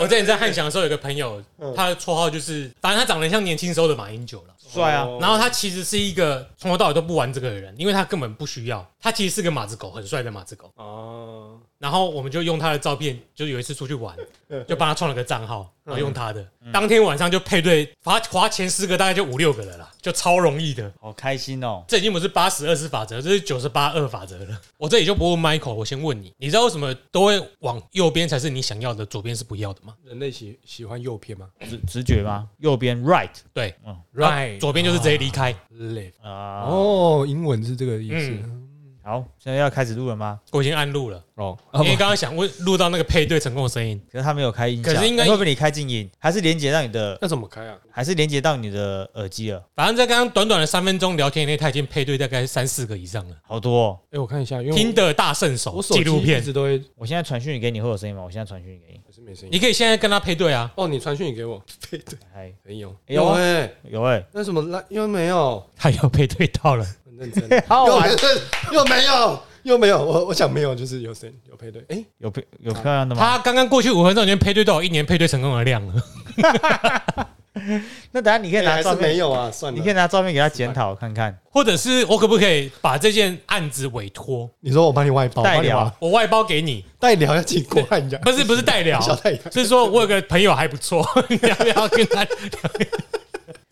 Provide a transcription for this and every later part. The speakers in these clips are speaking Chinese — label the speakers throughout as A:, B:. A: 我之前在汉翔的时候，有个朋友，他的绰号就是，反正他长得像年轻时候的马英九了。
B: 帅啊！
A: 然后他其实是一个从头到尾都不玩这个的人，因为他根本不需要。他其实是个马子狗，很帅的马子狗。
C: 哦，
A: 然后我们就用他的照片，就是有一次出去玩，就帮他创了个账号，然后用他的。当天晚上就配对，划划前十个大概就五六个人啦，就超容易的。
B: 好开心哦！
A: 这已经不是八十二十法则，这是九十八二法则了。我这里就不问 Michael，我先问你，你知道为什么都会往右边才是你想要的，左边是不要的吗？
C: 人类喜喜欢右偏吗
B: 直直觉吗？右边 right
A: 对
B: 嗯
A: 啊左边就是直接离
C: 哦
A: 开。
C: left。
B: 啊、嗯
C: 哦，英文是这个意思
B: 好，现在要开始录了吗？
A: 我已经按录了，
C: 哦。
A: 因为刚刚想问录到那个配对成功的声音。
B: 可是他没有开音响，
A: 可是应该
B: 会不会你开静音，还是连接到你的，
C: 那怎么开啊？
B: 还是连接到你的耳机了？
A: 反正在刚刚短短的三分钟聊天以内，他已经配对大概三四个以上了。
B: 好多、哦，
C: 哎，我看一下，因为我
A: 听的大圣
C: 我
A: 手
C: 手
A: 纪录
C: 机一
A: 片，
C: 直都会
B: 我现在传讯给你会有声音吗？我现在传讯给你，
C: 还是没声音。
A: 你可以现在跟他配对啊，
C: 哦，你传讯息给我， 对对，
B: 还
C: 没有，
B: 哎呦
C: 有哎，
B: 有哎、
C: 那什么来又没有，
A: 他又配对到了。
C: 很认真，
B: 好
C: 又
B: 玩
C: 认真又没有又没有，我我想没有，就是有谁有配对，哎，
B: 有漂有漂亮的吗？
A: 他刚刚过去五分钟已经配对到我一年配对成功的量了。
B: 那等下你可以
C: 哎
B: 拿
C: 还是
B: 照
C: 没
B: 片，
C: 有啊，算
B: 你可以
C: 了。
B: 拿照片给他检讨看看。
A: 或者是我可不可以把这件案子委托
C: 你说我帮你外包，
B: 代
C: 帮你
B: 聊
C: 外包
A: 我外包给你？
C: 代聊要请国汉阳，
A: 不是不是代 聊，
C: 小代聊。
A: 是说我有个朋友还不错， 你要不要跟他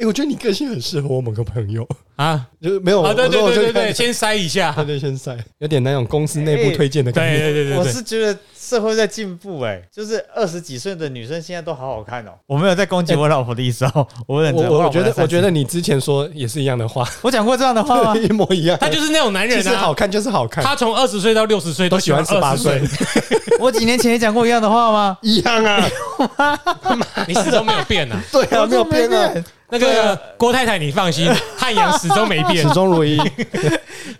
C: 哎，我觉得你个性很适合我某个朋友，
A: 啊？
C: 就是没有，
A: 啊，对
C: 哦我
A: 对
C: 说我
A: 对对
C: 就
A: 对，
C: 看
A: 先筛一下。
C: 团队先赛，有点那种公司内部推荐的
A: 对
C: 感觉。
A: 哎对对
B: 我
A: 对对，
B: 是觉得社会在进步、哎，就是二十几岁的女生现在都好好看哦。我没有在攻击我老婆的意思哦，我认
C: 我
B: 真。
C: 我
B: 老
C: 我
B: 婆
C: 觉
B: 才
C: 得，我觉
B: 30
C: 得你之前说也是一样的话，？
B: 我讲过这样的话吗
C: 一模一样。
A: 他就是那种男
C: 其
A: 人
C: 实好
A: 啊，
C: 看就是好看，
A: 他从二十岁到六十岁
C: 都
A: 都
C: 喜欢十八
A: 18
C: 岁，
B: 我几年前也讲过一样的话吗？
C: 一样啊。
A: 你始终没有变啊。
C: 对啊，没有变啊，
B: 变，
A: 那个郭太太，你放 心，汉阳始终没变
C: 始。终 如一。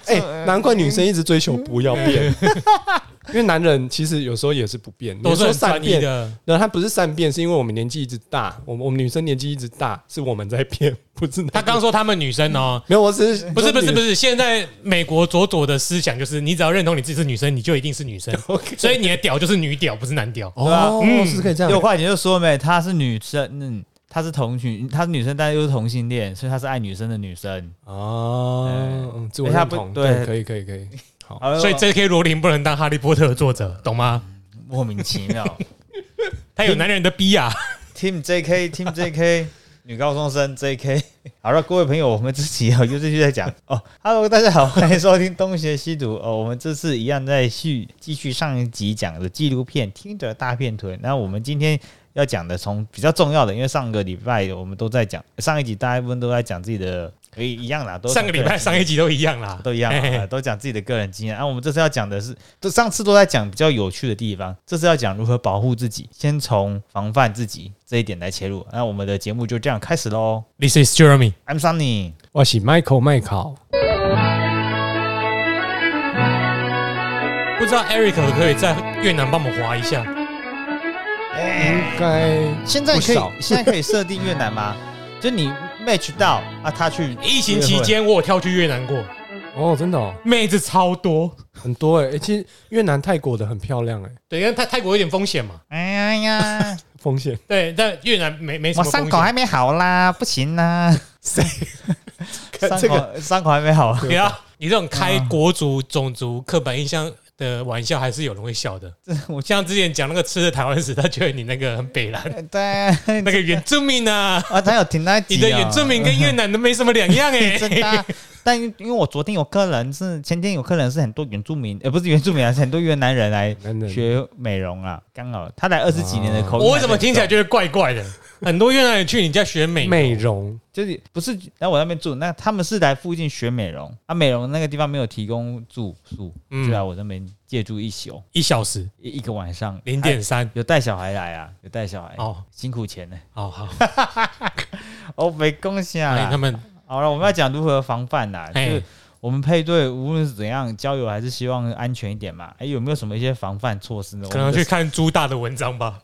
C: 哎，
A: 啊
C: 难怪女生一直追求不要 变，因为男人其实有时候也是不变，
A: 都
C: 你
A: 是
C: 说
A: 很
C: 善
A: 专一
C: 变。
A: 的，
C: 那他不是善变，是因为我们年纪一直大，我们我们女生年纪一直大，是我们在变，不是男
A: 他刚说他们女生哦、
C: 没有，我只是
A: 不是不是不
C: 是
A: 是，现在美国左左的思想就是，你只要认同你自己是女生，你就一定是女 生，
C: OK
A: 所以你的屌就是女屌，不是男屌。
C: 哦，是可以这样
B: 六块钱就说没，她是女生，嗯，她是同群，她是女生，但又是同性恋，所以她是爱女生的女生。
C: 哦，嗯自我
B: 哎他
C: 认
B: 不
C: 同，
B: 对
C: 可以可以可以。好，
B: 好
A: 所以 J.K. 罗琳不能当哈利波特的作者，懂吗？
B: 哎莫名其妙
A: 他有男人的逼啊！
B: ，Team JK Team JK 女高中生 JK。好 了，各位朋友，我们这期啊又继续在讲哦。Hello，大家好， 欢迎收听《东邪西毒》哦。我们这次一样在续继续上一集讲的纪录片《听着大片腿》，那我们今天要讲的从比较重要的，因为上个礼拜我们都在讲，上一集大部分都在讲自己的，诶一样啦，都
A: 上个礼拜、上一集都一样啦，
B: 都一样
A: 嘿嘿
B: 啊，都讲自己的个人经验。啊，我们这次要讲的是，这上次都在讲比较有趣的地方，这次要讲如何保护自己，先从防范自己这一点来切入。那我们的节目就这样开始喽。
A: This is Jeremy。
B: I'm Sunny，
C: 我是 Michael 麦考，
A: 不知道 Eric 可不可以在越南帮我们划一下？
C: 应该
B: 现在可
C: 不
B: 以
C: 少
B: 现在可以设定越南吗？就你 match 到啊，他去
A: 疫情期间我有跳去越南过，
C: 哦，真的哦，
A: 妹子超多。
C: 很多哎。诶其实越南、泰国的很漂亮哎，
A: 对，因为泰泰国有点风险嘛。
B: 约会，哎呀，
C: 风险
A: 对，但越南没没什
B: 我
A: 么
B: 伤
A: 风
B: 口
A: 险。
B: 还没好啦，不 行啦，伤
C: 这
B: 口伤口还没好，
A: 你要啊你这种开国族、种族刻板印象的玩笑，还是有人会笑 的。
B: 我
A: 像之前讲那个吃的台湾史，他觉得你那个很北 蓝，
B: 对
A: 那个原住民啊，
B: 啊，他有停那一集
A: 你的
B: 哦
A: 原住民跟越南的没什么两样哎、
B: 真的啊、但因因为我昨天有客人是，前天有客人是很多原住民，呃，不是原住民啊，是很多越南人来
C: 男人
B: 学美容啊。刚好他来二十几年的口音，
A: 哦我怎么听起来觉得怪怪 的？很多越南人去你家学美，
C: 美容
B: 就是不是来我那边住？那他们是来附近学美容啊，美容那个地方没有提供住宿，
A: 嗯
B: 就来我那边借住一宿
A: 一小时
B: 一一个晚上，
A: 零
B: 啊
A: 点三。
B: 有带小孩来啊，有带小孩，
A: 哦，
B: 辛苦钱呢，
A: 好好，
B: 哦，没贡献
A: 哎
B: 啊
A: 他。们
B: 好了，我们要讲如何防范啊啦、就
A: 哎
B: 是我们配对无论是怎样交友，还是希望安全一点嘛。哎、有没有什么一些防范措施呢？
A: 可能
B: 我们
A: 去
B: 的
A: 看朱大的文章吧。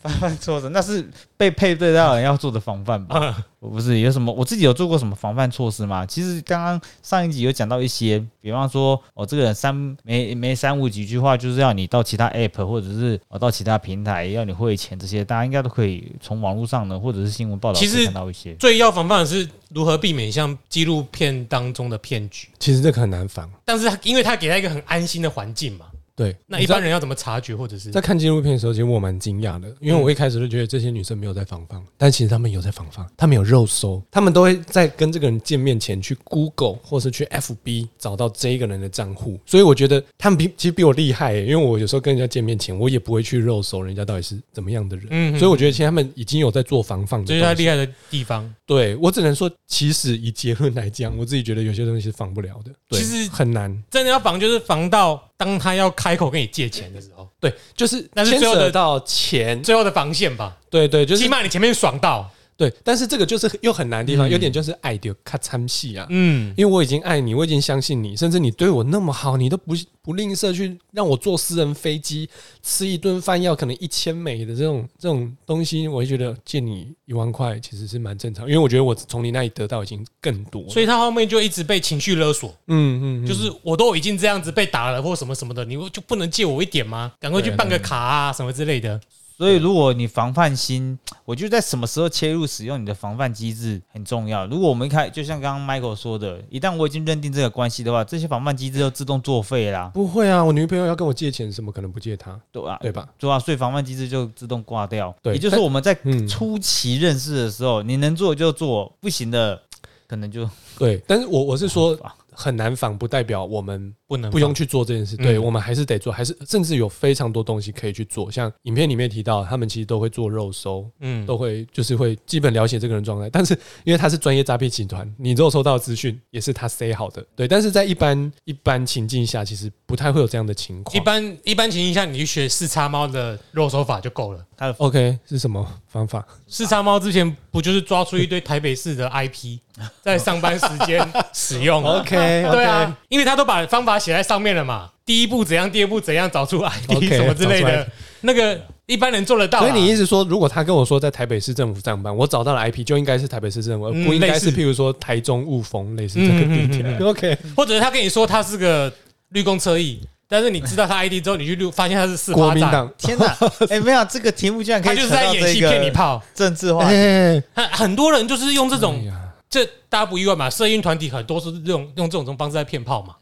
B: 犯犯错的，那是被配对到的人要做的防范 吧？
A: 啊
B: 我不是有什么，我自己有做过什么防范措施吗？其实刚刚上一集有讲到一些，比方说，我、哦、这个人三没没三五几句话，就是要你到其他 app 或者是哦到其他平台要你汇钱这些，大家应该都可以从网络上呢或者是新闻报道
A: 其实
B: 看到一些。
A: 最要防范的是如何避免像纪录片当中的骗局，
C: 其实这个很难防。
A: 但是他因为他给他一个很安心的环境嘛，
C: 对，
A: 那
C: 你
A: 一
C: 知道
A: 般人要怎么察觉或者是
C: 在看纪录片的时候，其实我蛮惊讶的，因为我一开始就觉得这些女生没有在防范，但其实她们有在防范，她们有肉搜，她们都会在跟这个人见面前去 Google 或是去 FB 找到这一个人的账户，所以我觉得她们比其实比我厉害、欸，因为我有时候跟人家见面前，我也不会去肉搜人家到底是怎么样的人，
A: 嗯嗯
C: 所以我觉得其实他们已经有在做防范的
A: 这是
C: 东西，
A: 他厉害的地方。
C: 对我只能说，其实以结论来讲，我自己觉得有些东西是防不了的，对
A: 其实
C: 很难。
A: 真的要防，就是防到当他要开口跟你借钱的时候，
C: 对，就是
A: 但是
C: 牵
A: 最后的
C: 扯到钱，
A: 最后的防线吧。
C: 对对，就是
A: 起码你前面爽到，
C: 对，但是这个就是又很难的地方，
B: 嗯
C: 有点就是爱丢咔参戏啊。
A: 嗯，
C: 因为我已经爱你，我已经相信你，甚至你对我那么好，你都不不吝啬去让我坐私人飞机吃一顿饭要可能一千美的这种这种东西，我会觉得借你一万块其实是蛮正常，因为我觉得我从你那里得到已经更多了。
A: 所以他后面就一直被情绪勒索，
C: 嗯嗯，嗯
A: 就是我都已经这样子被打了或什么什么的，你就不能借我一点吗？赶快去办个卡啊什么之类的。
B: 所以，如果你防范心，我觉得在什么时候切入使用你的防范机制很重要。如果我们一开，就像刚刚 Michael 说的，一旦我已经认定这个关系的话，这些防范机制就自动作废啦，
C: 不会啊，我女朋友要跟我借钱，怎么可能不借她？
B: 对吧、
C: 对吧？
B: 对啊，所以防范机制就自动挂掉。
C: 对
B: 也就是说我们在
C: 嗯
B: 初期认识的时候，你能做就做，不行的可能就
C: 对，但是我我是说
A: 啊
B: 吧
C: 很难防，不代表我们
A: 不能
C: 不用去做这件事，对、
A: 嗯
C: 我们还是得做，还是甚至有非常多东西可以去做，像影片里面提到，他们其实都会做肉搜，
A: 嗯，
C: 都会就是会基本了解这个人状态，但是因为他是专业诈骗集团，你肉搜到的资讯也是他塞好的，对，但是在一般一般情境下，其实不太会有这样的情况。
A: 一般一般情形下，你去学四叉猫的肉手法就够了。
B: 他的
C: OK 是什么 方法？
A: 四叉猫之前不就是抓出一堆台北市的 IP 在上班时间使用
C: OK，OK
A: 对啊，因为他都把方法写在上面了嘛。第一步怎样，第二步怎样，找出 ID
C: OK，
A: 什么之类
C: 找出
A: 的
C: ID，
A: 那个一般人做得到啊。
C: 所以你意思说，如果他跟我说在台北市政府上班，我找到了 IP 就应该是台北市政府，而
A: 嗯
C: 不应该是
A: 类似
C: 譬如说台中雾峰类似这个地
A: 嗯嗯嗯
C: 点。OK，
A: 或者他跟你说他是个绿工车翼，但是你知道 他 ID 之后，你去录发现他是四
C: 国
A: 八
C: 民
A: 站，
C: 党，
B: 天哪！哎、没有这个题目居然可
A: 他
B: 以
A: 就是
B: 扯
A: 在
B: 到
A: 演
B: 这
A: 戏骗你
B: 个
A: 炮。
B: 政治化。
C: 哎，
A: 很很多人就是用这
C: 哎
A: 种，
C: 呀
A: 这大家不意外嘛？社运团体很多是用用这种方式在骗炮嘛。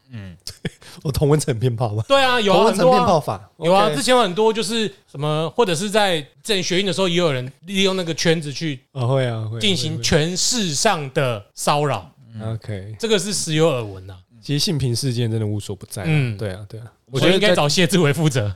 C: 我同温层骗炮吧，
A: 对啊，有
C: 同
A: 啊
C: 温
A: 很
C: 层
A: 多
C: 骗
A: 啊
C: 炮法
A: 有啊，
C: OK
A: 之前有很多就是什么，或者是在之前学运的时候，也有人利用那个圈子去
C: 哦会啊会
A: 进行嗯权势上的骚扰，
C: 会 OK。
A: 这个是时有耳闻啊呐。
C: 其实性平事件真的无所不在，嗯，
A: 嗯
C: 对啊对啊，我
A: 我
C: 觉
A: 觉
C: 得
A: 得应该
C: 在
A: 找谢志伟负责。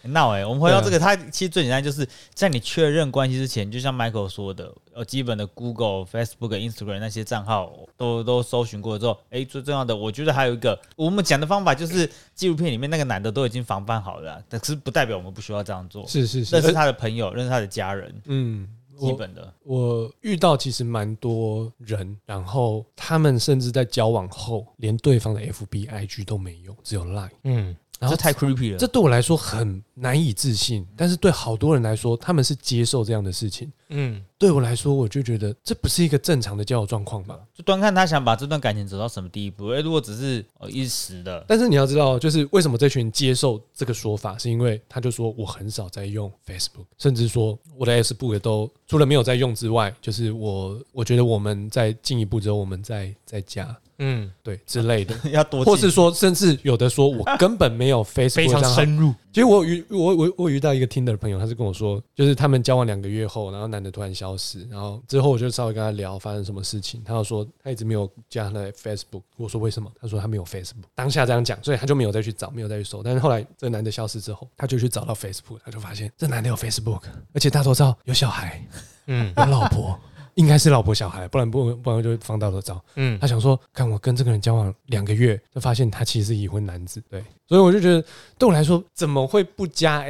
B: 很闹哎、我们回到这
C: 啊
B: 个，它其实最简单就是在你确认关系之前，就像 Michael 说的，呃，基本的 Google、Facebook、Instagram 那些账号都都搜寻过之后，哎、最重要的，我觉得还有一个我们讲的方法就是纪录片里面那个男的都已经防范好了啊，但是不代表我们不需要这样做，
C: 是是是，
B: 认识
C: 而
B: 他的朋友，认识他的家人，
C: 嗯，
B: 基
C: 我
B: 本的。
C: 我遇到其实蛮多人，然后他们甚至在交往后，连对方的 FB、IG 都没有，只有 Line。
A: 嗯，
C: 然后
B: 这太 creepy 了，
C: 这对我来说很难以置信，但是对好多人来说，他们是接受这样的事情。
A: 嗯，
C: 对我来说，我就觉得这不是一个正常的交友状况吧。
B: 就端看他想把这段感情走到什么地步。哎、如果只是呃一时的，
C: 但是你要知道，就是为什么这群人接受这个说法，是因为他就说我很少在用 Facebook，甚至说我的 Facebook 也都除了没有在用之外，就是我我觉得我们在进一步之后，我们再再加
A: 嗯，
C: 对之 类的，
B: 要多
C: 或
B: 进
C: 是说甚至有的说我根本没 有
A: 非
C: Facebook
A: 常
C: 账号。
A: 深入。
C: 其实我有遇我我我有遇到一个听的朋友，他是跟我说，就是他们交往两个月后，然后男的突然消失，然后之后我就稍微跟他聊发生什么事情，他就说他一直没有加他的 Facebook，我说为什么？他说他没有 Facebook，当下这样讲，所以他就没有再去找，没有再去搜。但是后来这个男的消失之后，他就去找到 Facebook，他就发现这男的有 Facebook，而且大头照有小孩，
A: 嗯
C: 有 老婆，应该是老婆小孩，不然不不然就放大头照。
A: 嗯
C: 他，想说，看我跟这个人交往两个月，就发现他其实是已婚男子，对，所以我就觉得对我来说，怎么会不加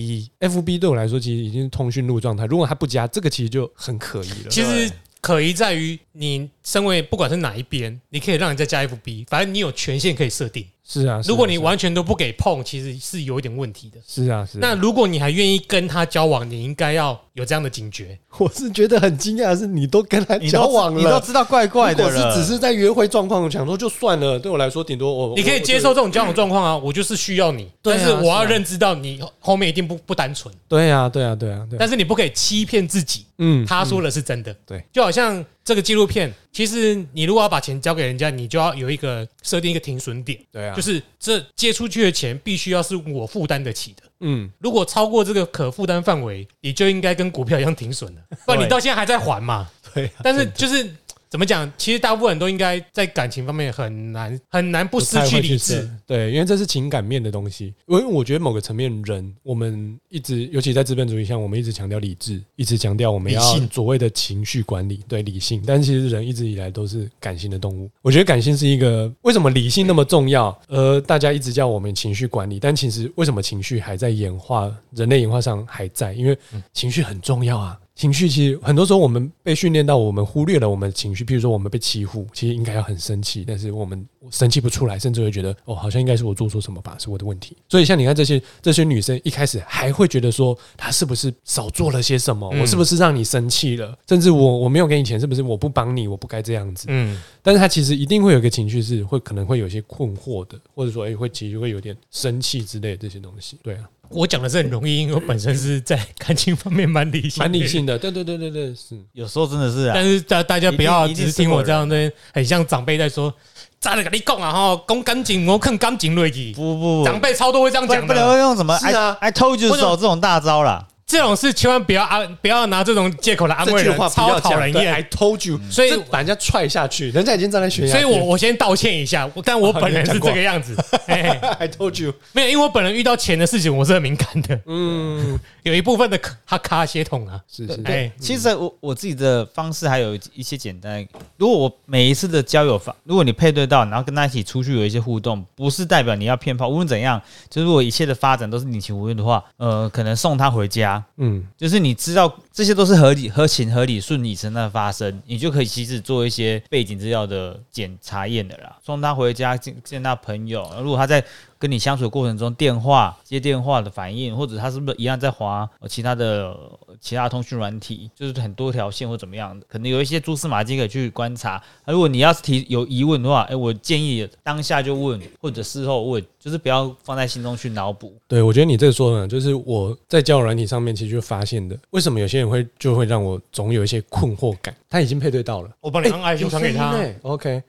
C: FB？FB 对我来说其实已经是通讯录状态，如果他不加，这个其实就很可疑了。
A: 其实可疑在于你身为不管是哪一边，你可以让人家加 FB，反正你有权限可以设定。
C: 是啊，是啊
A: 如果你
C: 是啊
A: 完全都不给碰，其实是有一点问题的。
C: 是啊是啊，
A: 那如果你还愿意跟他交往，你应该要有这样的警觉。
C: 我是觉得很惊讶，的是你都跟他
B: 你
C: 交
B: 都
C: 往
B: 你都
C: 了。
B: 知道怪怪
C: 如
B: 的
C: 果是
B: 了，
C: 只是在约会状况，我想说就算了，对我来说顶多我
A: 你可以接受这种交往状况啊，我就是需要你，
C: 对啊
A: 但是我要
C: 是啊
A: 认知到你后面一定不不单纯，
C: 对啊，对啊，对啊，对啊，
A: 但是你不可以欺骗自己，
C: 嗯，
A: 他说的是真的。
C: 对，
A: 就好像这个纪录片，其实你如果要把钱交给人家，你就要有一个设定一个停损点，
C: 对啊，
A: 就是是这借出去的钱必须要是我负担得起的。
C: 嗯，
A: 如果超过这个可负担范围，你就应该跟股票一样停损了，不然
B: 对
A: 你到现在还在还嘛。
C: 对啊，
A: 但是就是怎么讲，其实大部分人都应该在感情方面很难很难不失
C: 太
A: 去
C: 会
A: 理
C: 设
A: 智。，
C: 对，因为这是情感面的东西。因为我觉得某个层面，人我们一直，尤其在资本主义下，我们一直强调理智，一直强调我们
A: 理
C: 要
A: 性
C: 所谓的情绪管理，对理性。但其实人一直以来都是感性的动物。我觉得感性是一个为什么理性那么重要？呃，大家一直叫我们情绪管理，但其实为什么情绪还在演化？人类演化上还在，因为情绪很重要啊。情绪其实很多时候我们被训练到，我们忽略了我们的情绪。譬如说我们被欺负，其实应该要很生气，但是我们生气不出来，甚至会觉得哦，好像应该是我做错什么吧，是我的问题。所以像你看这些这些女生，一开始还会觉得说她是不是少做了些什么，
A: 嗯
C: 我是不是让你生气了，甚至我我没有给你钱，是不是我不帮你，我不该这样子。
A: 嗯，
C: 但是他其实一定会有一个情绪是会可能会有一些困惑的，或者说哎、会其实会有点生气之类的这些东西。对啊，
A: 我讲的是很容易，因为我本身是在感情方面蛮理性，
C: 蛮理。性的，对对对对对，是。
B: 有时候真的是啊
A: 但，是大大家不要
B: 一定
A: 只是听我这样
B: 一
A: 的，很像长辈在说，咋的跟你讲啊哈，讲感情我看感情瑞去，
B: 不不不，
A: 长辈超多会这样
B: 不
A: 讲
B: 不
A: 的。
B: 能用什么
C: 是啊
B: I I told you
A: 或者
B: so 这种大招啦，
A: 这种事千万不要安，不要拿这种借口来安
C: 这
A: 慰
C: 句
A: 人
C: 话，不
A: 超
C: 要
A: 讨
C: 讲。
A: 人
C: 对，I
A: 厌。
C: told you，
A: 所以
C: 这把人家踹下去，人家已经站在悬
A: 所
C: 崖
A: 以
C: 边。
A: 我我先道歉一下，我但我本人是这个样子。哎
C: I told you，
A: 没有，因为我本人遇到钱的事情，我是很敏感的，
C: 嗯，
A: 有一部分的哈卡血统啊。
C: 是是，
A: 哎，
B: 其实我我自己的方式还有一些简单。如果我每一次的交友方，如果你配对到，然后跟他一起出去有一些互动，不是代表你要骗炮。无论怎样，就是如果一切的发展都是你情我愿的话，呃，可能送他回家，
C: 嗯，
B: 就是你知道这些都是合理、合情、合理、顺理成章的发生，你就可以其实做一些背景资料的检查验的啦。送他回家见见他朋友，如果他在跟你相处的过程中，电话接电话的反应，或者他是不是一样在滑呃其他的呃其他通讯软体，就是很多条线或怎么样的，可能有一些蛛丝马迹可以去观察。啊如果你要是提有疑问的话，哎、我建议当下就问，或者事后问，就是不要放在心中去脑补。
C: 对，我觉得你这说呢，就是我在交友软体上面其实就发现的，为什么有些人会就会让我总有一些困惑感？他已经配对到了。
A: 我把你刚爱心传给他
C: 哎有，声音欸 OK，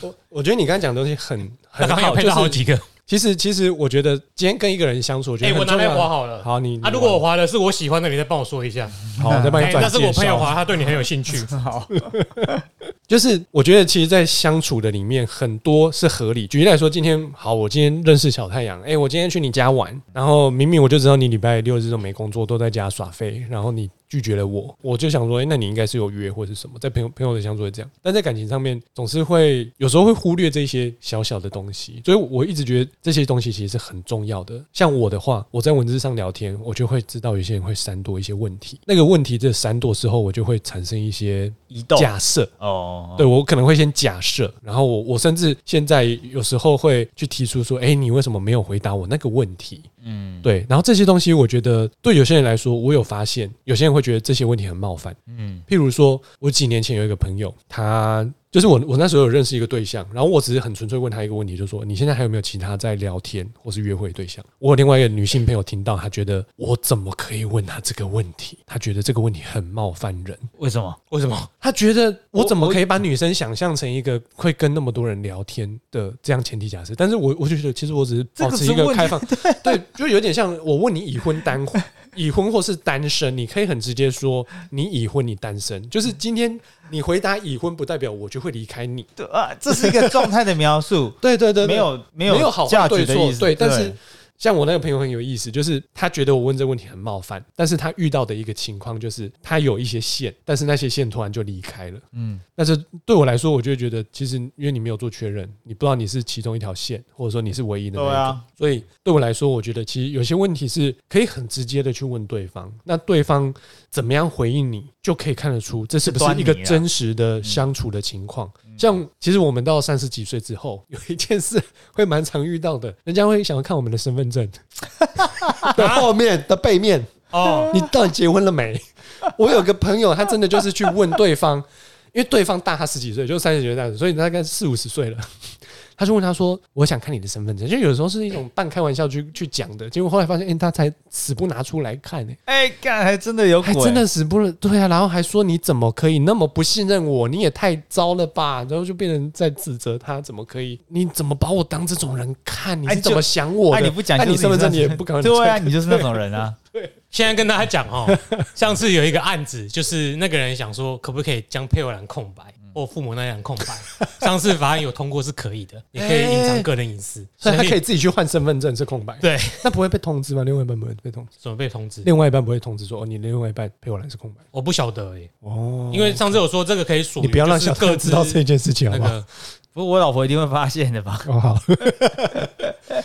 C: 我我觉得你刚才讲的东西很
A: 他
C: 很
A: 刚刚
C: 好，
A: 有配
C: 就
A: 到
C: 是
A: 好几个。
C: 其实其实我觉得今天跟一个人相处，我觉
A: 哎，
C: 得
A: 我
C: 很
A: 拿
C: 重
A: 来
C: 要。
A: 划好了。
C: 好，你
A: 啊，
C: 你
A: 如果我
C: 玩
A: 划的是我喜欢的，你再帮我说一下。
C: 好，我再帮
A: 哎
C: 你，转
A: 那是我朋
C: 介
A: 友
C: 绍
A: 划，他对你很有兴 趣。
B: 好，
C: 就是我觉得，其实，在相处的里面，很多是合理。举例来说，今天好，我今天认识小太阳，哎、我今天去你家玩，然后明明我就知道你礼拜六日都没工作，都在家耍废，然后你拒绝了我，我就想说，哎、那你应该是有约或是什么，在朋友朋友的相处会这样，但在感情上面，总是会有时候会忽略这些小小的东西，所以我一直觉得这些东西其实是很重要的。像我的话，我在文字上聊天，我就会知道有些人会闪躲一些问题，那个问题这闪躲之后，我就会产生一些
B: 移动
C: 假设。
B: 哦，
C: 对我可能会先假设，然后我我甚至现在有时候会去提出说，哎、你为什么没有回答我那个问题？
B: 嗯，
C: 对，然后这些东西我觉得对有些人来说，我有发现，有些人会觉得这些问题很冒犯。
B: 嗯。
C: 譬如说，我几年前有一个朋友，他就是我，我那时候有认识一个对象，然后我只是很纯粹问他一个问题，就是说你现在还有没有其他在聊天或是约会的对象？我有另外一个女性朋友听到，她觉得我怎么可以问她这个问题？她觉得这个问题很冒犯人。
B: 为什么？
A: 为什么？
C: 他觉得我怎么可以把女生想象成一个会跟那么多人聊天的这样前提假设？但是我我就觉得，其实我只是保持一个开放， 对，就有点像我问你已婚单 婚、已婚或是单身，你可以很直接说你已婚，你单身。就是今天你回答已婚，不代表我就会离开你。
B: 对啊，这是一个状态的描述
C: ，对对对，对
B: 没有没
C: 没有
B: 有
C: 好
B: 价
C: 坏
B: 值
C: 对
B: 的
C: 错
B: 意，思。
C: 对，但是。像我那个朋友很有意思，就是他觉得我问这个问题很冒犯，但是他遇到的一个情况就是他有一些线，但是那些线突然就离开了。
B: 嗯，
C: 但是对我来说，我就会觉得其实因为你没有做确认，你不知道你是其中一条线，或者说你是唯一的那一
B: 对
C: 个。
B: 啊
C: 所以对我来说，我觉得其实有些问题是可以很直接的去问对方，那对方怎么样回应你，就可以看得出这是不是一个
B: 端倪啊嗯
C: 真实的相处的情况。像其实我们到三十几岁之后，有一件事会蛮常遇到的，人家会想要看我们的身份证 的后面的背面，
A: 哦，
C: 你到底结婚了没？ 我有个朋友，他真的就是去问对方，因为对方大他十几岁，就三十几岁大的，所以大概四五十岁了。他就问他说：“我想看你的身份证。”就有时候是一种半开玩笑去去讲的，结果后来发现，哎、他才死不拿出来看、欸，
B: 哎，干还真的有
C: 还
B: 鬼，
C: 真的死不了，对啊，然后还说你怎么可以那么不信任我？你也太糟了吧！然后就变成在指责他，怎么可以？你怎么把我当这种人看？你
B: 哎
C: 是
B: 就
C: 怎么想我
B: 哎，
C: 的？
B: 你不讲
C: 那
B: 就是
C: 你身份证你也不敢
B: 敢，对啊，你就是那种人啊，
A: 现在跟大家讲哦，上次有一个案子，就是那个人想说，可不可以将配偶栏空白
C: 嗯
A: 或父母那栏空白？上次法案有通过是可以 的，也可以隐藏个人隐私，
C: 哎所以他可以
A: 以
C: 自己去换身份证是空白，
A: 对，
C: 那不会被通知吗？另外一半不会被通知，
A: 准备通知。
C: 另外一半不会通知说哦，你另外一半陪我来是空白
A: 我不晓得哎，
C: 哦
A: 因为上次有说这个可以属于，
C: 你不要让
A: 就是
C: 小哥
A: 各
C: 知道这件事情好
A: 那
C: 不好？
A: 个
B: 不过我老婆一定会发现的吧？
C: 哦好，对